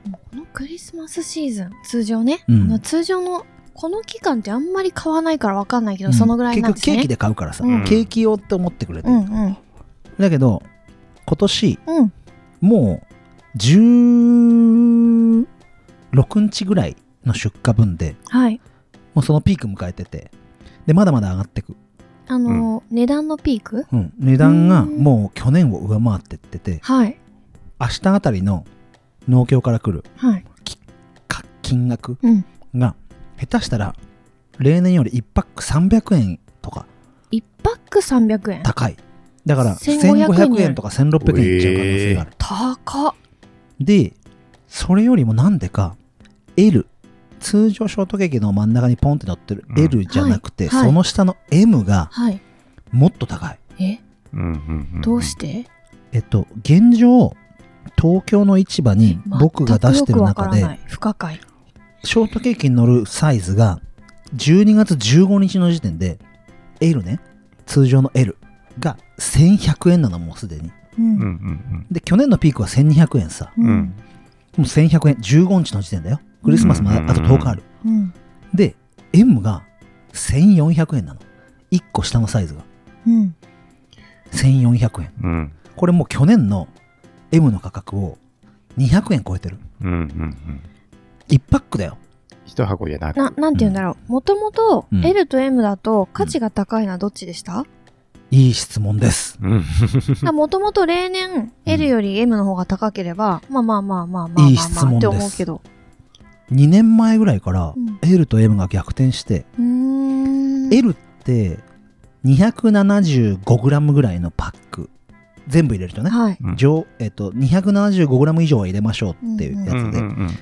もうこのクリスマスシーズン、通常ね。
うん
あの通常の、この期間ってあんまり買わないからわかんないけど、そのぐらい
結
なん
局
です
ケー
ね
キ。で買うからさ、
うん
ケーキ用って思ってくれて
う
る。
んうん。
だけど、今年、
うん。
もう16日ぐらいの出荷分で、
はい。
もうそのピーク迎えてて、で、まだまだ上がってく。
あの、値段のピーク
うん、値段が
うん
もう去年を上回ってってて、
はい。
明日あたりの農協から来る
はい。
か金額
うん。
が、下手したら、例年より1パック300円とか
1パック300円。
高い。だから、
1500
1500円とか1600円いっちゃう可能性がある。
高っ。
で、それよりもなんでか、L、通常ショートケーキの真ん中にポンって乗ってる
うん
L じゃなくて、
はいはい
その下の M が
はい。
もっと高い。
え、
うんうんうん。
どうして
えっと、現状、東京の市場に僕が出してる中
全くよくわからな
で、
い不可解。
ショートケーキに乗るサイズが、12月15日の時点で、L ね、通常の L が1100円なの、もうすでに。
う。
うんうんん
で、去年のピークは1200円さ。
うん。う
うんん。。
もう1100円、15日の時点だよ。クリスマスまであと10日ある。
うん。
で M が1400円なの1個下のサイズが
うん。
1400円
うん。
これもう去年の M の価格を200円超えてる
うん。うん。
1パックだよ
一箱じゃなく
な、なんて言うんだろう。もともと
うん
L と M だと価値が高いのはどっちで した
いい質問です
うん。
もともと例年 L より M の方が高ければ、まあまあまあまあまあまあまあ
いい質問です
って思うけど。
2年前ぐらいから
うん
L と M が逆転して、
うーん。
L って2 7 5ムぐらいのパック全部入れるとね、
はい。
うん
上えっと、275g 以上は入れましょうっていうやつで、
うんうんうん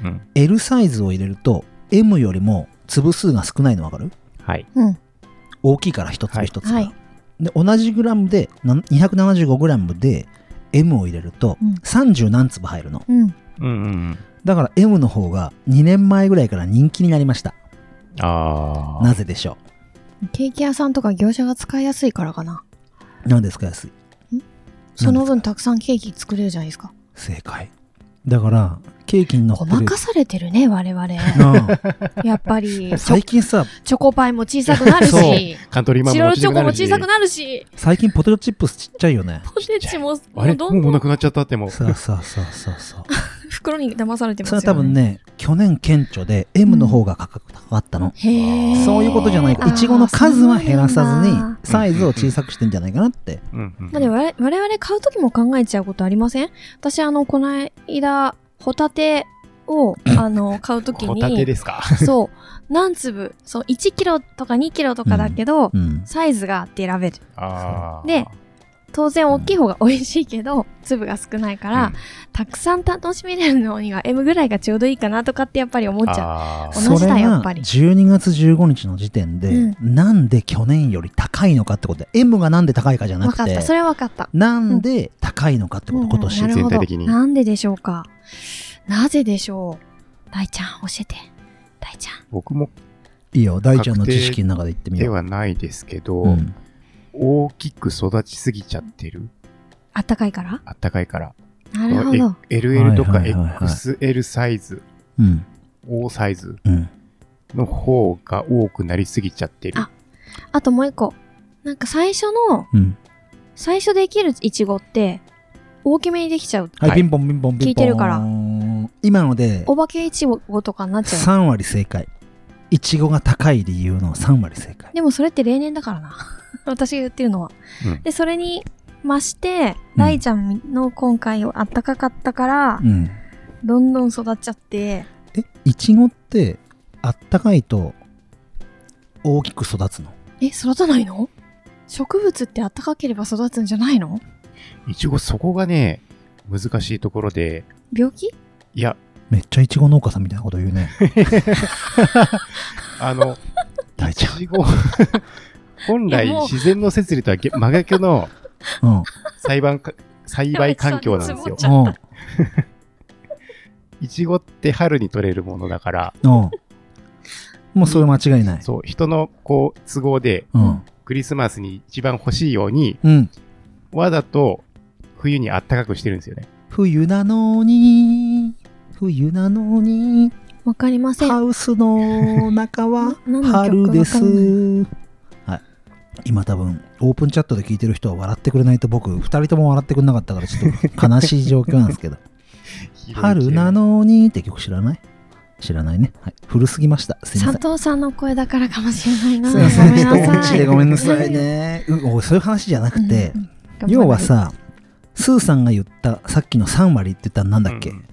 うん。
L サイズを入れると M よりも粒数が少ないの分かる
はい。
うん。
大きいから一
は
粒
い
一粒が、
はい。
で同じグラムで 275g で M を入れると
うん
30何粒入るの
うん。
うんうんうん。
だから M の方が2年前ぐらいから人気になりました
ああ。
なぜでしょ
ケーキ屋さんとか業者が使いやすいからかな。
う何ですか安い
その分たくさんケーキ作れるじゃないですか。
正解だからケーキに乗って
ご
る
まかされてるね、我々。
なあ
やっ ぱり、チ
最
ョ
近さ
チョコパイも小さくなる
そう
し、
カントリーマンも
白
落
チ
ち
ョコも
し
小さくなるし、
最近ポテトチップスちっちゃいよね
ポテチも
あれ
もう
も
ど
う
ど
んもうんなくなっちゃったってもう。
さあさあさあさあさあ
袋に騙されてます
そ
よ
れ
ね。
は多分ね去年顕著で M の方が価格高かったの、
へー
そういうことじゃない
あー
いちごの数は減らさず
そう
に
なんだ
サイズを小さくしてんじゃないかなって
うんうん
まあ、でも我々我々買う時も考えちゃうことありません私あのこの間ホタテ をあの買う時
ホタテ
に
ですか。
そう何粒そう1キロとか2キロとかだけど、
うん
サイズがあって選べる
ああ。
で当然大きい方が美味しいけど、粒が少ないから、
うん
たくさん楽しめるのには M ぐらいがちょうどいいかなとかってやっぱり思っちゃう
あ
同
そ
じ
れ
だや
が
っぱり
12月15日の時点で、
う
なんで去年より高いのかってことで M がなんで高いかじゃな
分
く
かった
て
それは分かった
なんで高いのかってこと、
うん
今年
なるほど
全体的に
なんででしょうかなぜでしょう大ちゃん教えて大ちゃん
ー僕も
いいよ大ちゃんの知識の中で言ってみ
で
よう
はないですけど、
うん
大きく育ちすぎちゃってる。
あったかいから
あったかいから。
なるほど。
え LL とか
はいはいはいはい
XL サイズ、
うん、
O サイズ
うん、
の方が多くなりすぎちゃってる
あ。あともう一個。なんか最初の、
うん
最初できるイチゴって、大きめにできちゃう。
はい、
はい
ピンポンピンポンピンポン
聞いてるから
今ので
お化けイチゴとかになっちゃう。
3割正解いちごが高い理由の3割正解
でもそれって例年だからな。 私が言ってるのは。
うん
で、それに増して、
うん
大ちゃんの今回あったかかったから
う、ん
どんどん育っちゃって、
えいちごってあったかいと大きく育つの
え、育たないの植物ってあったかければ育つんじゃないの
いちごそこがね、難しいところで、
病気
いや、
めっちゃいちご農家さんみたいなこと言う ね
あの、
大
い
ちゃん
ちご、 本来
いやもう
自然の摂理とはげ真逆の
うんうん
栽 培か栽培環境なんですよ。いちごって春に取れるものだから、
うんもうそれ間違いない
そう、人のこう都合で
うん
クリスマスに一番欲しいように、
うん
わざと冬にあったかくしてるんですよね。
冬なのに冬なのに
わかりません。
ハウスの中は
な何の曲
春
か
です
わかんない
はい今多分オープンチャットで聞いてる人は笑ってくれないと僕2人とも笑ってくれなかったからちょっと悲しい状況なんですけど春なのにって曲知らない知らないね、はい、古すぎましたすいません
佐藤さんの声だからかもしれないな。
すいません、
ごめ
ち
ん
ょっと
な
音
さい
痴でごめんなさいね。うおそういう話じゃなくて
う、んうん
要は、さ、スーさんが言った、さっきの3割って言ったらなんだっけ、
うん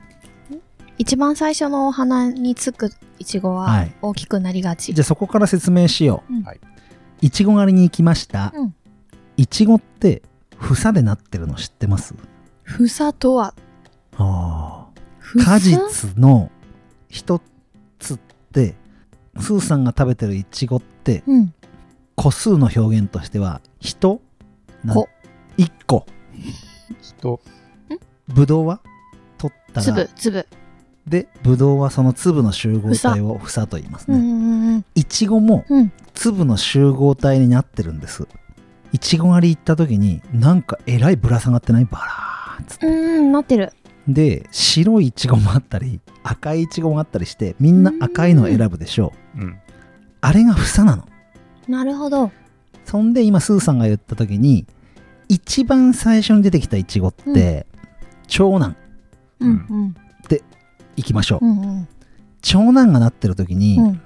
一番最初のお花につくイチゴ
は
はい大きくなりがち。
じゃあそこから説明しよう。
うん
はい
いちご狩りに行きました
うん。
いちごって、房でなってるの知ってます
ふさとは、
あ
ふ
ー
さ
果実の一つって、スーさんが食べてるいちごって、
うん。
個数の表現としては、人な
こ
一個。
人、
ぶどうは取ったら
粒、粒。
でぶどうはその粒の集合体を房と言います
うんう
ね
んうん
いちごも
うん
粒の集合体になってるんですいちご狩り行った時になんかえらいぶら下がってないバラーっつって
うん。うん、なってる。
で白いイチゴもあったり赤いイチゴもあったりしてみんな赤いのを選ぶでしょう
うん。
あれが房なの
なるほど。
そんで今スーさんが言った時に一番最初に出てきたイチゴって、長男
うんうん。
行きましょう、
うんうん。
長男がなってる時に、
うん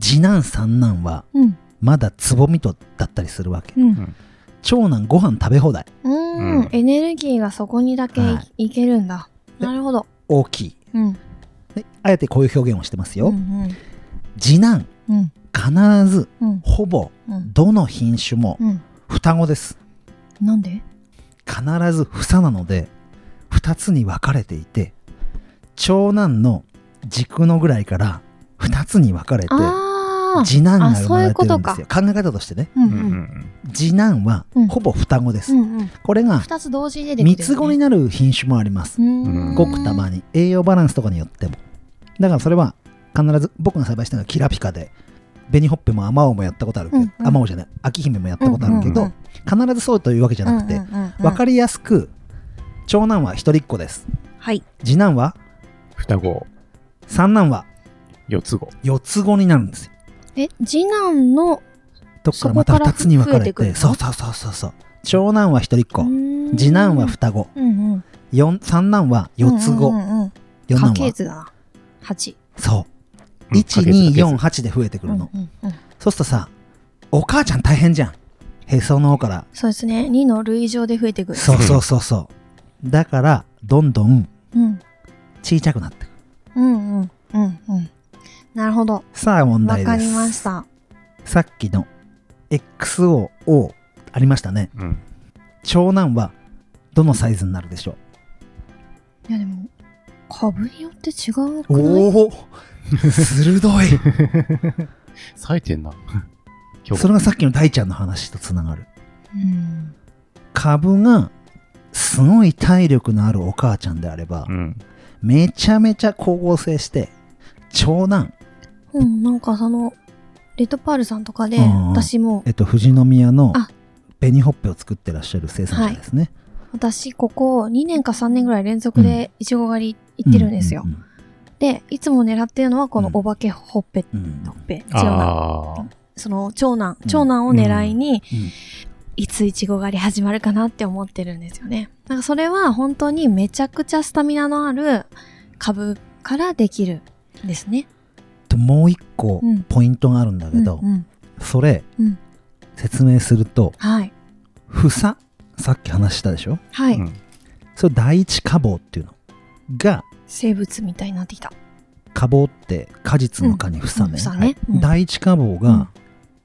次男三男は
うん
まだつぼみとだったりするわけ、
うん
長男ご飯食べ放題
うん。
うん
エネルギーがそこにだけい,、、
はい
けるんだ。なるほど。
大きい
うん。
であえてこういう表現をしてますよ、
うん
次男
うん。うん
必ず
うん
ほぼ
うん
どの品種も
うん。
双子です
なんで
必ず房なので2つに分かれていて長男の軸のぐらいから2つに分かれて
ああ。
次男が生まれてる
あそうい
ん
う
です
こ
よ考え方としてね
うんう。
うんうんうんん
次男は
うん
ほぼ双子です、
うんうん。
これが
二つ同時に出てく
三
る、
つ子になる品種もあります
うん。
ごくたまに栄養バランスとかによってもだからそれは必ず僕が栽培したのはキラピカで紅ほっぺもアマオもやったことあるけど、
うんうん
アマオじゃない秋姫もやったことあるけど、
うん
必ずそうというわけじゃなくて、
うんうんうんうん
分かりやすく長男は一人っ子です
はい。
次男は
双子、
三男は
四つ子。
四つ子になるんですよ
え、次男の、
どっからまた
そこか
二
ら
つに分かれ
増えてくる
て
の
そうそうそうそうそう長男は一人っ子
うん
次男は、双子
うんうん、
四三男は四つ子、
うんうんうんうん
四
家
男
系
は
図だな。八。
そう
うん
1248で増えてくるの、
うんうんうん
そうするとさお母ちゃん大変じゃんへその緒から
そうですね。二の類乗で増えてくる。
そうそうそうそうだからどんどん
うん。
小さくなってくる
うんうんうんうん。なるほど。
さあ問
わ
題です
かりました。
さっきの XOO ありましたね
うん。
長男はどのサイズになるでしょ
いやでも、株によって違う
う
くない
お 鋭い
冴えてんな。今
それがさっきの大ちゃんの話とつながる
うん。
株がすごい体力のあるお母ちゃんであれば、
うん。
めちゃめちゃ光合成して長男
うん、なんかその、レッドパールさんとかで、
うん
私も
え、っと、富士宮の
あ
紅ほっぺを作ってらっしゃる生産者ですね。
私ここ2年か3年ぐらい連続でイチゴ狩り行ってるんですよ
う。ん
で、いつも狙ってるのはこのお化けほっぺ、
うんうん
ほっぺ、違うな。
ああ。
その長男
う、ん
長男を狙いに
うんうん、
いつイチゴ狩り始まるかなって思ってるんですよね。なんかそれは本当にめちゃくちゃスタミナのある株からできるんですね。
ともう一個
うん
ポイントがあるんだけど、
うんうん
それ、
うん
説明すると
はい。
房さっき話したでしょ
はい、
うん
それ第一花房っていうのが
生物みたいになってきた。
花房って果実の果に房ね,、
房ね。うん
第一花房
うん
が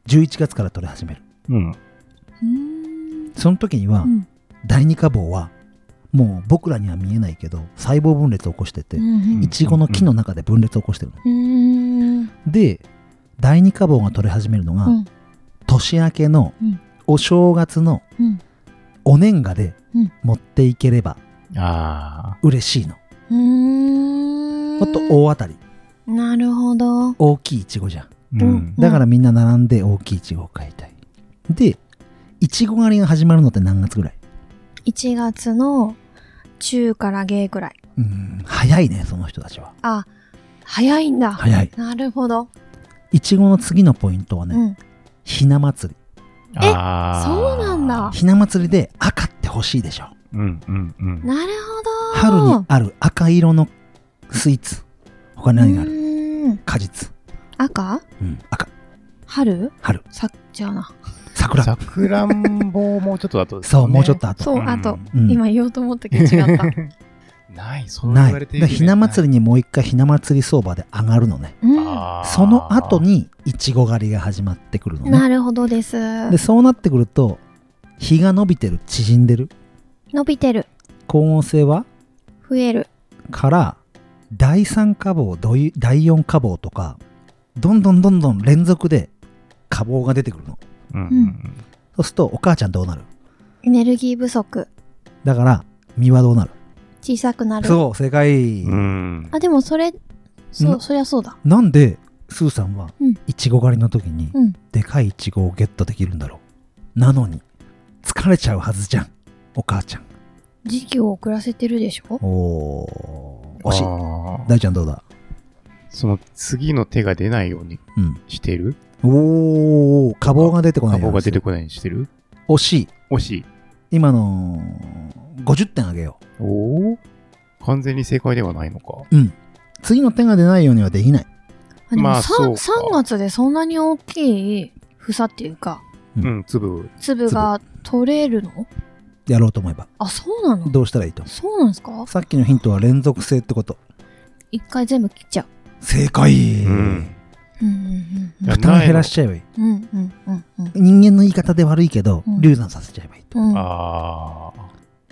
11月から取れ始める
うん。
うーん
その時には、
うん
第二花房はもう僕らには見えないけど細胞分裂を起こしてて、
うん
いちごの木の中で分裂を起こしてるの。
うん。うーん
で第二花房が取れ始めるのが、
うん
年明けの、
うん
お正月の
うん
お年賀で
うん
持っていければ
あ
嬉しいの。
うーん。
もっと大当たり
なるほど。
大きいいちごじゃん。
ー。うん。
だからみんな並んで大きいいちごを買いたい。でいちご狩りが始まるのって何月ぐらい
1月の中から下くらい。
うーん早いねその人たちは。
あ、早いんだ。
早い。
なるほど。
いちごの次のポイントはね、
うん。
ひな祭り。
ああ。
そうなんだ。
ひな祭りで赤って欲しいでしょ。
うんうんうん。
なるほど。
春にある赤色のスイーツ。他に何があ
う
る
ーん
果実。
赤
うん、赤。
春
春。
さ、じゃあな。
桜。
さくらんぼもうちょっと後ですか
そ
ね
う、もうちょっ。と後。
そうう、
ん
あと、
うん
今言おうと思ったけど違 った。
ない、そう
な
言
い。
われ
だ
て
からひな祭
り。
りにもう一回ひな祭り相場で上がるのね。
う
あー
その後。にいちご狩りが始まってくるの
ん。
ね。
なるほどです。
で、そうなってくると、日が伸びてる、縮んでる、
伸びてる。
光合成は
増える。
から、第3花房、どい第4花房とか、どんどんどんどん連続で花房が出てくるの。
うんうん
そうすると、お母ちゃんどうなる
エネルギー不足。
だから、実はどうなる
小さくなる。
そう、正解。
うん。うん
あ、でもそれ、そ
ん
う、そりゃそうだ。
なんで、スーさんは
うん、
いちご狩りの時に、
うん
でかいいちごをゲットできるんだろう。なのに、疲れちゃうはずじゃん、お母ちゃん。
時期を遅らせてるでしょ
おー惜しい
あー
大ちゃんどうだ
その次の手が出ないように
うん
してる
おー、花房が出てこない
顔が出てこないようにしてる
惜しい
惜しい。
今の50点あげよ
おお完全に正解ではないのか。
ううん次の手が出ないようにはできない
あでも
ま
3,
あそうか
3月でそんなに大きい房っていうか
う
うんん、粒。
粒が取れるの
やろうと思えば
あそうなの
どうしたらいいと
そうなんですか
さっきのヒントは連続性ってこと
一回全部切っちゃ
正解、
うん
ううんうん
負担を減らしちゃえばいい
うんうんうんうんうん
人間の言い方で悪いけど、
うん
流産させちゃえばいいと
うん
ああ。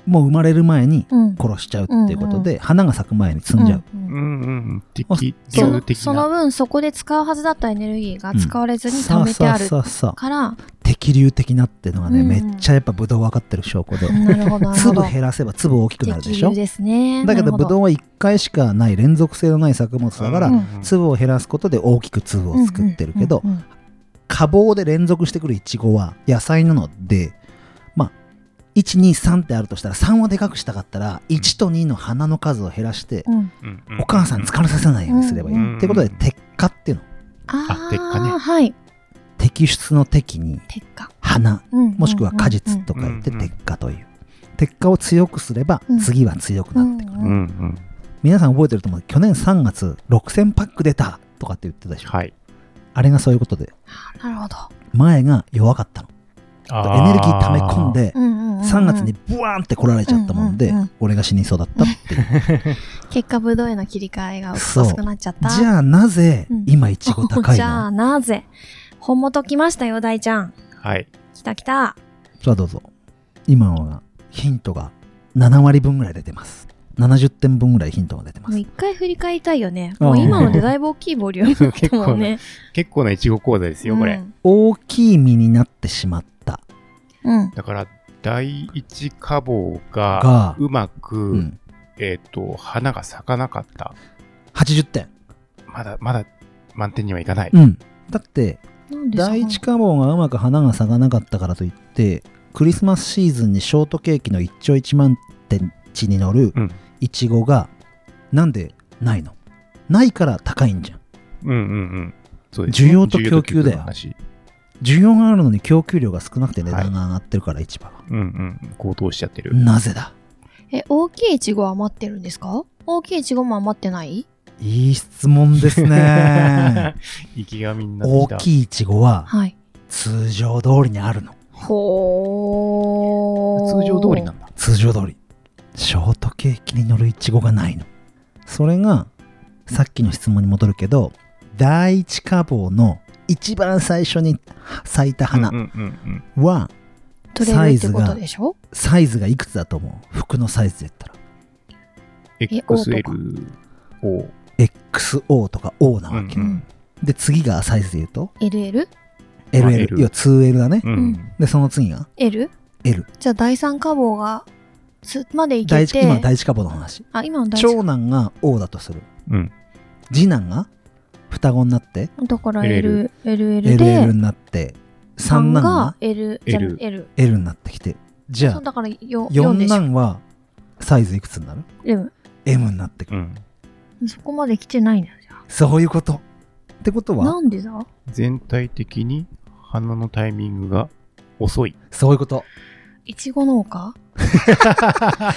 もう生まれる前に
うん
殺しちゃうっていうことで、花が咲く前に積んじゃう、
うんうん
うんうん。
あ
的、
そ
流
の
的
その
な。
分そこで使うはずだったエネルギーが使われずに
さ
溜
あ
めて
さ
あ
あ
る
さあさあ
から、
適流的なってのがね、
うん
めっちゃやっぱブドウ分かってる証拠で、
なるほどなるほ
粒
ど
減らせば粒大きくなるでしょ
適流ですね
だけど
なる
ブ
ほ
ドウは1回しかない連続性のない作物だから、
うん
粒を減らすことで大きく粒を作ってるけど、
うんうんうん
花房で連続してくるイチゴは野菜なのでまあ123ってあるとしたら3をでかくしたかったら1と2の花の数を減らして、
うん
うんう
お母さん疲れさせないようにすればいい、
うん
ってことで鉄火っていうの
あ
あ鉄火ね
あはい
摘出の摘に
鉄火
花
うん
もしくは果実と書いて
うんうんうん
鉄火という鉄火を強くすれば
うん
次は強くなってくる、
うんうん。
皆さん覚えてると思う去年3月6000パック出たとかって言ってたでしょ
はい。
あれがそういうことで
なるほど
前が弱かったのエネルギー溜め込んで3
3
月にブワーンって来られちゃったもんで、
うんうんうん
俺が死にそうだったっていう
結果ブドウへの切り替えが
そう
遅くなっちゃった
じゃあなぜ
うん
今いちご高い
じゃ
の
あなぜ本元来ましたよ大ちゃん
はい。
来た来た
さあどうぞ今のはヒントが7割分ぐらい出てます70点分ぐらいヒントが出てま
もう
す
一回振り返りたいよね
あー
もう今のでだいぶ大きいボリュームだったもんね
結構なイチゴ講座ですよ、これ。
大きい実になってしまった
うんうん
だから、第一花房が、
が、
うま
う
く、
ん、
えっと、花が咲かなかった。
80点、
まだ、まだ、満点にはいかない。
うん、だって
なんでそんな
第一花房がうまく花が咲かなかったからといってクリスマスシーズンにショートケーキの一丁一万点値に乗る
うん
いちごがなんでないのないから高いんじゃん
うんうんうん。そう
需要と供給だよ
需要と供の話
需要があるのに供給量が少なくて値段が上がってるから市場が、
うんうん。高騰しちゃってる。
なぜだ
え大きいイチゴは余ってるんですか大きいイチゴも余ってない
いい質問です ね
生きがみになって
大
きた。い。
きいイチゴは
はい
通常通りにあるの
ほー
通常通りなんだ。
通常通りショートケーキに乗るイチゴがないのそれがさっきの質問に戻るけど第一花房の一番最初に咲いた花
うんうんうん
は
取れるってことでしょ
サイズがいくつだと思う服のサイズで言ったら
うん。
え
XL を。
XO とか O なわけ、
うんうん
で次がサイズで言うと
LL?
まあ
LL、
L
要は 2L だね、
うんん。
でその次が
L?
L
じゃあ第三花房がつまでい
第
け
一
て
今の第一花房の話
あ今の第一
長男が O だとする
うん。
次男が双子になって
だから
LL
LLL で
LL になって三男が
L じゃあ
L
L
L になってきてじ
そ
ゃ
う
あ
だから 4, 四
四
でしょ
男はサイズいくつになる
でも
?M になってく
う
る、
ん。
そこまで来てないんだよじゃ
そういうことってこと
あな
は
んでだ
全体的に花のタイミングが遅い。
そういうこと
いちご農家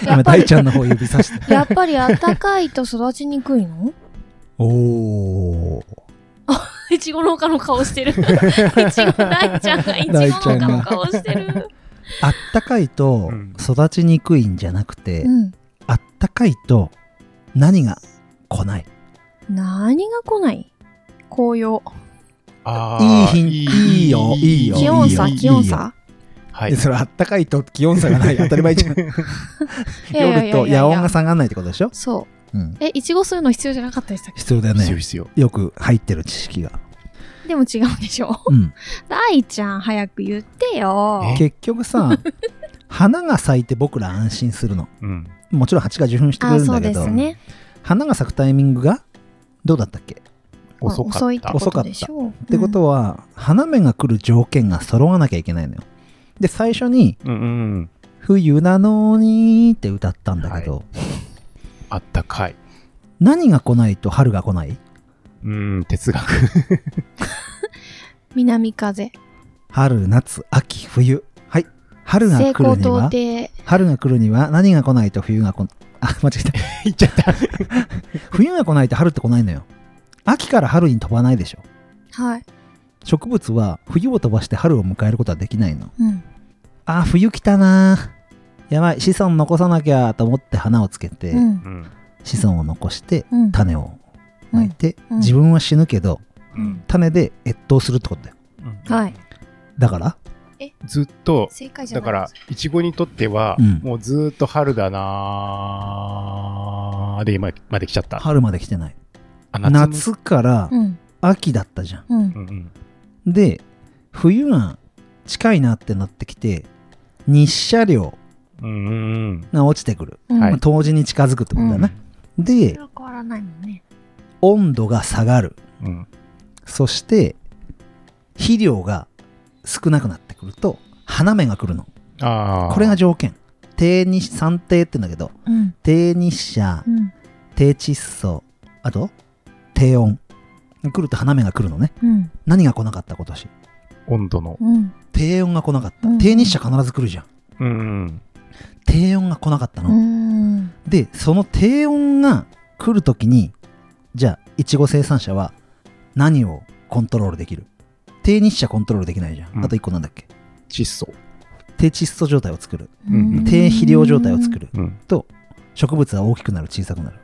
今大ちゃんの方指さ して
やっぱり暖かいと育ちにくいの
おー
いちご農家の顔して るいちご大ちゃんがいちご農家の顔してる
あったかいと
うん
育ちにくいんじゃなくて、
うん
あったかいと何が来ない
何が来ない紅葉
あ
いい日いいよいいよ
気温差
いいよ
気温差
はい
え。それあったかいと気温差 がない当たり前じゃん
いやいやいやい
夜
や
と夜温が下がらないってことでしょ、
そう
うん、
えいちごそういうの必要じゃなかったでしたっ
必要だよ
必要
ね
必要。
よく入ってる知識が、
けでも違うでしょ
うん、
大ちゃん早く言ってよ
え
結局 さ花が咲いて僕ら安心するの
うん。
もちろん蜂が受粉してくれ
あ
るん
そう
だけ
で
ど、
すね
花が咲くタイミングがどうだったっけ、
まあ
遅かった。
遅いってことでしょうっ
ってことは花芽が来る条件が揃わなきゃいけないのよで最初に
うんうん。
冬なのにって歌ったんだけど、
あったかい。
何が来ないと春が来ないう
ーん、哲学。
南風。
春、夏、秋、冬。はい。春が
成
来る
功
に
到
は、
底。
春が来るには何が来ないと冬が来ない。あ、間違えた。
言っちゃった。
冬が来ないと春って来ないのよ。秋から春に飛ばないでしょ。
はい。
植物は冬を飛ばして春を迎えることはできないの。
うん。
あー、冬来たなー。やばい、子孫残さなきゃと思って花をつけて、
うん。
うん。
子孫を残して
うん。
種をまいて、
うんうん
自分は死ぬけど、
うん。
種で越冬するってことだよ。
はい。
だから、
ずっと、
正解じゃ
だ
ない。
から、いちごにとっては、
うん
もうずーっと春だなーで、今まで来ちゃった。
春まで来てない。
あ夏
夏
も
から
うん。
秋だったじゃん。
うん
う。んうん。
で、冬が近いなってなってきて、日射量
うんうんうん。
が落ちてくる。
うん
は
まあ、
い
冬至に近づくってことだね。
そ
で
れ、は変わらないもんね。
温度が下がる。
うん。
そして、肥料が少なくなってくると、花芽が来るの。
ああ。
これが条件。低日、三低って言うんだけど、
うん。
低日射
う、ん。
低窒素、あと、低温。来ると花芽が来るのね。
うん。
何が来なかった今年。
温度の。
うん。
低温が来なかった。
うん
低日射必ず来るじゃん。
うんうん。
低温が来なかったの。
うん。
で、その低温が来るときに、じゃあ、いちご生産者は何をコントロールできる低日射コントロールできないじゃん。
うん
あと一個なんだっけ
窒素。
低窒素状態を作る。
うん
低肥料状態を作る。
うん。
と、植物は大きくなる、小さくなる。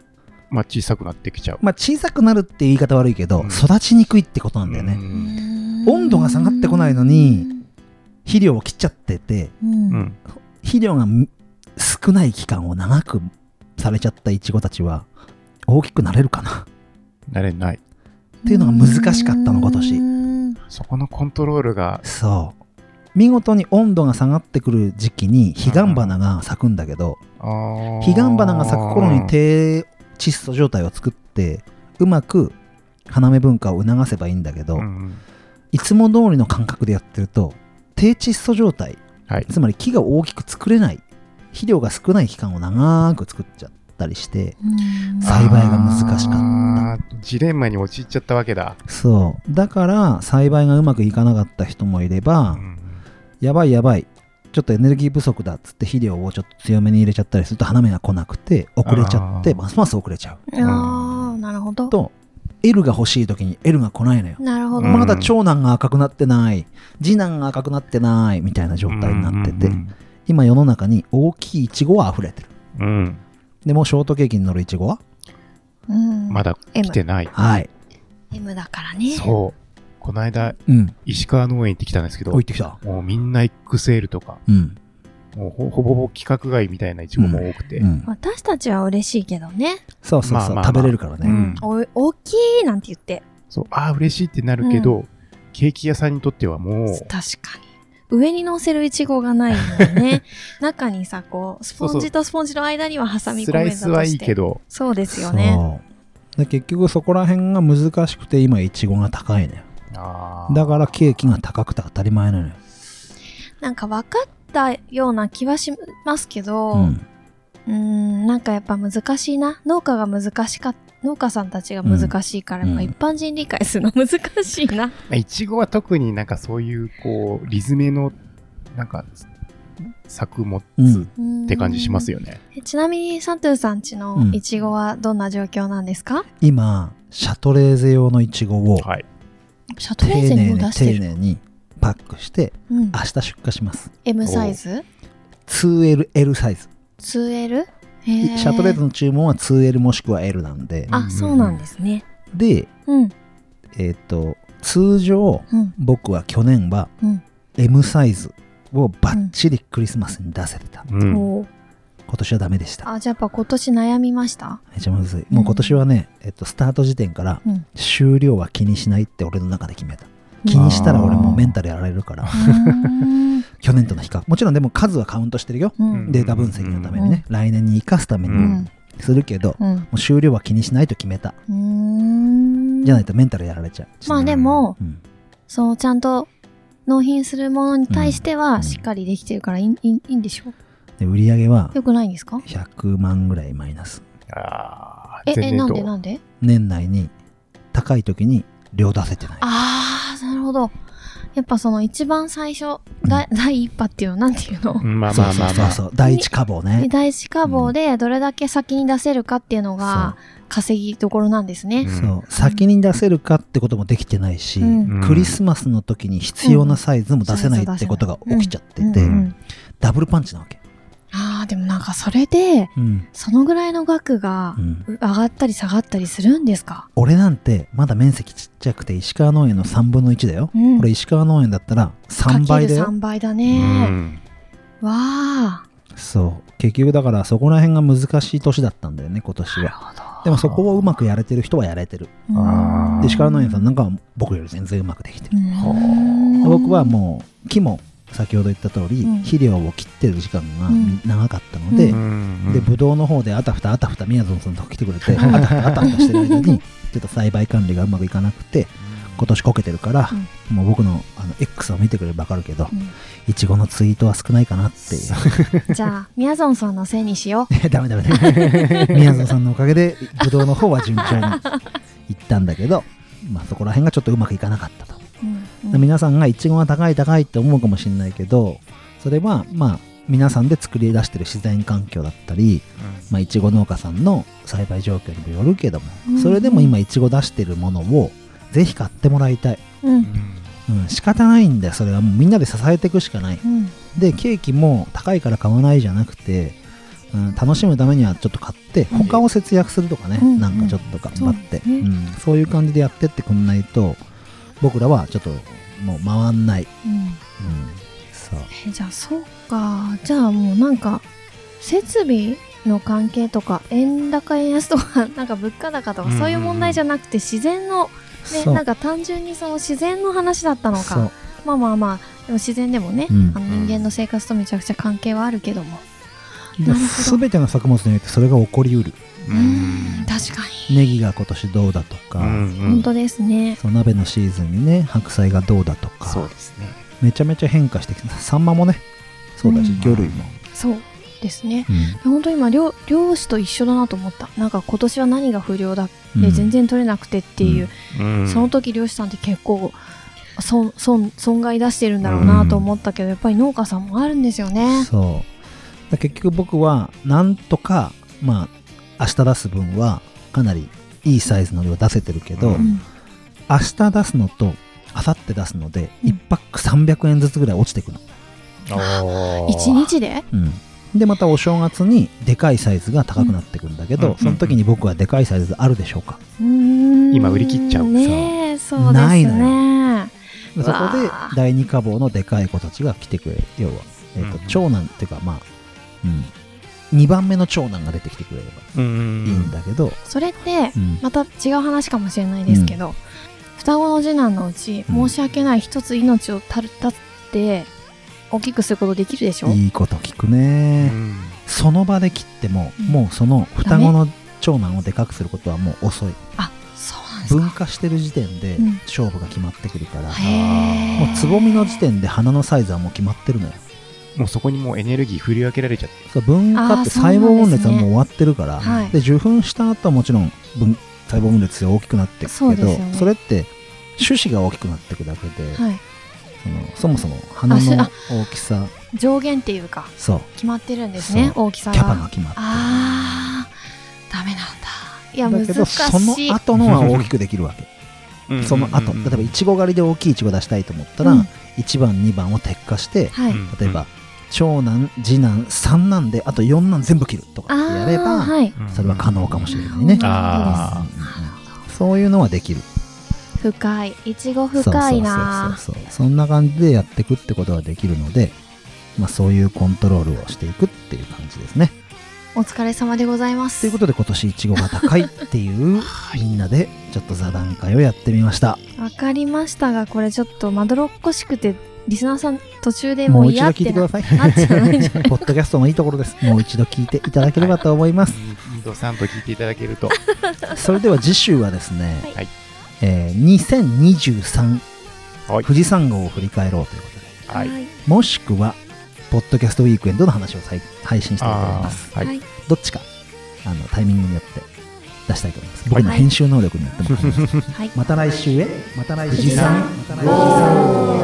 まあ、小さくなってきちゃう。
まあ、小さくなるって言い方悪いけど、
うん
育ちにくいってことなんだよね。
う。
うんん。
温度が下がってこないのに肥料を切っちゃってて、
うん。
う
うん。
ん。
肥料が少ない期間を長くされちゃったイチゴたちは、大きくなれるかな
なれない。
っていうのが難しかったの今年
うん
そこのコントロールが、
そう。見事に温度が下がってくる時期に彼岸花が咲くんだけど、
あー
彼岸花が咲く頃に低窒素状態を作って、うまく花芽分化を促せばいいんだけど、
うんうん
いつも通りの感覚でやってると、低窒素状態、
はい
つまり木が大きく作れない、肥料が少ない期間を長く作っちゃったりして、
うん
栽培が難しかった。
あージレンマに陥っちゃったわけだ。
そう。だから、栽培がうまくいかなかった人もいれば、やばいやばい、ちょっとエネルギー不足だっつって肥料をちょっと強めに入れちゃったりすると花芽が来なくて、遅れちゃって、
あー
ますます遅れちゃう。
ああ、なるほど。
と、L が欲しい時に L が来ないのよ。
なるほど。
うん
まだ長男が赤くなってない、次男が赤くなってない、みたいな状態になってて、
うん
今世の中に大きいイチゴは溢れてる。
うんうん
でもショートケーキに乗るイチゴは
うん
まだ来てない。
はい。
M だからね。
そう。この間、
うん。
石川農園行ってきたんですけど、
置いてきた。
もうみんな XL とか、
うん。
もうほほぼほぼ規格外みたいなイチゴも多くて、
うん
私たちは嬉しいけどね。
そうそうそう、
まあまあまあ
食べれるからね。
うん
お大きいなんて言って。
そう、ああ、嬉しいってなるけど、ケーキ屋さんにとってはもう
確、かに。上に乗せるイチゴがないもん ね。中にさ、こう、スポンジとスポンジの間には挟み込め
スライスはいいけ
ど。
ど、
そうですよね。
そうで結局そこら辺が難しくて今イチゴが高いのよ
あー
だからケーキが高くて当たり前なのよ、
なんか分かったような気はしますけど、
う、
うんーん、なんかやっぱ難しいな。農家が難しか農家さんたちが難しいから、
うん
やっぱ一般人理解するの難しいな。
まあいちごは特になんかそういう、こう、リズメの、なんか、作物
うん
って感じします
よ。
よね。
えちなみに、サントゥーさんちの
うん
イチゴはどんな状況なんですか、
今シャトレーゼ用のイチゴを
はい。
シャト
丁
レーゼ
寧
も
に
出して
丁
る。
寧にパックして
うん、
明日出荷します
M サイズ
2LL サイズ、
2L? へー
シャトレーゼの注文は 2L もしくは L なんで
あ、そうなんですね。
で
うん、
えっ、と通常
うん、
僕は去年は
うん
M サイズをバッチリクリスマスに出せてた、
うん。
おー
今年はダメでした
あ、じゃあやっぱ今年悩み ました
めちゃむずい。もう今年はね、えっと、スタート時点から
うん
終了は気にしないって俺の中で決めた。気にしたら俺もうメンタルやられるから、
うーん
去年との比較。もちろんでも数はカウントしてるよ。
うん
データ分析のためにね、来年に生かすため
う
に
ん
するけど、も
うん
う終了は気にしないと決めた。
うん
じゃないとメンタルやられちゃう。
まあでも、
うん
そう、ちゃんと納品するものに対して
う
は
ん
しっかりできてるからいいいいいいんでしょう。
でで、売り上げは
よくないんですか
100万ぐらいマイナス。
あ
え
ー、、
え、
前
なん
年と
でなんで
年内に高い時に量出せてない。
あー、なるほど。やっぱその一番最初、だ第一波っていうの、なんていうの
うんまあ
そ
ま
う
あ
そ
ま
う
あ
そ
ま
う
あ。
そう。第一火房ね。
第一課房でどれだけ先に出せるかっていうのが稼ぎどころなんですね。
うん
そう。先に出せるかってこともできてないし、
うん
クリスマスの時に必要なサイズも出せないってことが起きちゃってて
うんう、ん
ダブルパンチなわけ。
ああ、でもなんかそれで、
うん。
そのぐらいの額が
うん
上がったり下がったりするんですか
俺なんてまだ面積ちっちゃくて石川農園の3分の1だよ。
うん
これ石川農園だったら3倍だ
かけ
よ
る。3倍だ
う
ね。
ん
わあ。
そう。結局だからそこら辺が難しい年だったんだよね、今年は。でもそこをうまくやれてる人はやれてる。
あ
で、石川農園さんなんかは僕より全然うまくできてる。
うん
僕はもう木も先ほど言った通り、
うん
肥料を切ってる時間が
うん
長かったので、
う
で
で、
ブドウの方であたふたあたふたみやぞんさんと来てくれてあたふたあたふたしてる間にちょっと栽培管理がうまくいかなくて今年こけてるから、もう僕のあの X を見てくればわかるけど
うん
いちごのツイートは少ないかなっていう
じゃあ、みやぞんさんのせいにしよ
ダメダメ ダメみやぞんさんのおかげでブドウの方は順調にいったんだけど、まあ、そこら辺がちょっとうまくいかなかったと。
う。うん
皆さんがイチゴが高い高いって思うかもしれないけどそれはまあ皆さんで作り出してる自然環境だったりまあいちご農家さんの栽培状況にもよるけども
うん
それでも今いちご出してるものをぜひ買ってもらいたい、
うん
うん、仕方ないんだよそれはもうみんなで支えていくしかない
うん
でケーキも高いから買わないじゃなくて、うん、楽しむためにはちょっと買って他を節約するとかね、
うん
なんかちょっと頑張って、
うんそう
う
だ
んそういう感じでやってってくんないと僕らはちょっともう回んない
うん
うんそう
えじゃあそうかじゃあもうなんか設備の関係とか円高円安とか なんか物価高とか
うんうんうん
そういう問題じゃなくて自然のね
そう
なんか単純にその自然の話だったの
そ
か
う
まあまあまあでも自然でもね、
うん
あの人間の生活とめちゃくちゃ関係はあるけども、
で
なるほど
全ての作物においてそれが起こりうる
うん
確か
ネギが今年どうだとか、
に本当ですね、
そう鍋のシーズンにね白菜がどうだと
そう
か
ですね。
めちゃめちゃ変化してきてサンマもねそうだし、
うん
魚類も、
そうですね
うん
本当今漁漁師と一緒だなと思ったなんか今年は何が不良だで
うん
全然取れなくてっていう、
うん
その時漁師さんって結構損損損害出してるんだろうなと思ったけど、やっぱり農家さんもあるんですよね。
そうだ結局僕はなんとかまあ明日出す分はかなりいいサイズの量出せてるけど、
う
うん
明日出すのと明後日出すので
うん
1パック300円ずつぐらい落ちていくの、
一日で
うんでまたお正月にでかいサイズが高くなってくんだけど、
うん
その時に僕はでかいサイズあるでしょうか、
今
今売り切っちゃう
ねえそうです
ないの
ね。
でそこで
わあ
第二家房のでかい子たちが来てくれる要は、えーと
うん
長男っていうかまあ、うん、2番目の長男が出てきてくれればいいんだけど、
それって
うん
また違う話かもしれないですけど、双子の次男のうち
うん
申し訳ない一つ命をたるたって大きくすることできるでしょ、
いいこと聞くね、その場で切っても、もうその双子の長男をでかくすることはもう遅い
あそうなんです
分
か。
化してる時点で
うん
勝負が決まってくるから、
へえ
もうつぼみの時点で花のサイズはもう決まってるのよ
もうそこにもうエネルギー振り分けられちゃって。
そう分化って
あーそうなん
細
です
胞
ね
分裂はもう終わってるからで、
はい
受粉した後はもちろん分細胞分裂が大きくなっていくけ
そ
ど
う
そ,、
ですよね
れって種子が大きくなっていくだけで、
はい、
そのそもそも花
あし
の
あ
大きさ
上限っていうか
そう
決まってるんですね
そう
大きさが
キャパが決まってる
あーダメなんだいや
だけど
難し
その
い
後のは大きくできるわけその後、例えばいちご狩りで大きいいちご出したいと思ったら、
うん
1番、2番を撤下して、
はい、
例えば、長男、次男、三男で、あと四男全部切るとか
あ
ってやれば、
ーはい
それは可能かもしれないね。
なるほど
あ
うんうんうんそういうのはできる。
深いいちご深いな
そうそうそうそう。そんな感じでやっていくってことはできるので、まあ、そういうコントロールをしていくっていう感じですね。
お疲れ様でございま
とい
す
うことで、今年いちごが高いって いう、みんなでちょっと座談会をやってみました。
わかりましたがこれちょっとまどろっこしくてリスナーさん途中で
も
も
う
う
一度
嫌っ
聞い
て
てく
な
ださい。 ポ
なっちゃうんじゃない
ッドキャストもいいところです。もう一度聞いていただければと思います。
二度三度聞いていただけ ると。
それでは次週はですね、
はい
えー2023
はい
富士山号を振り返ろうということで、
はい。
もしくはポッドキャストウィークエンドの話をさい配信したいと思います。
あー
は
はいい。
どっちか、あの、タイミングによって出したいと思います。
は
僕
い
の編集能力によっても。
はい。
また来週へ、また来週へ。
富士山
また来週へ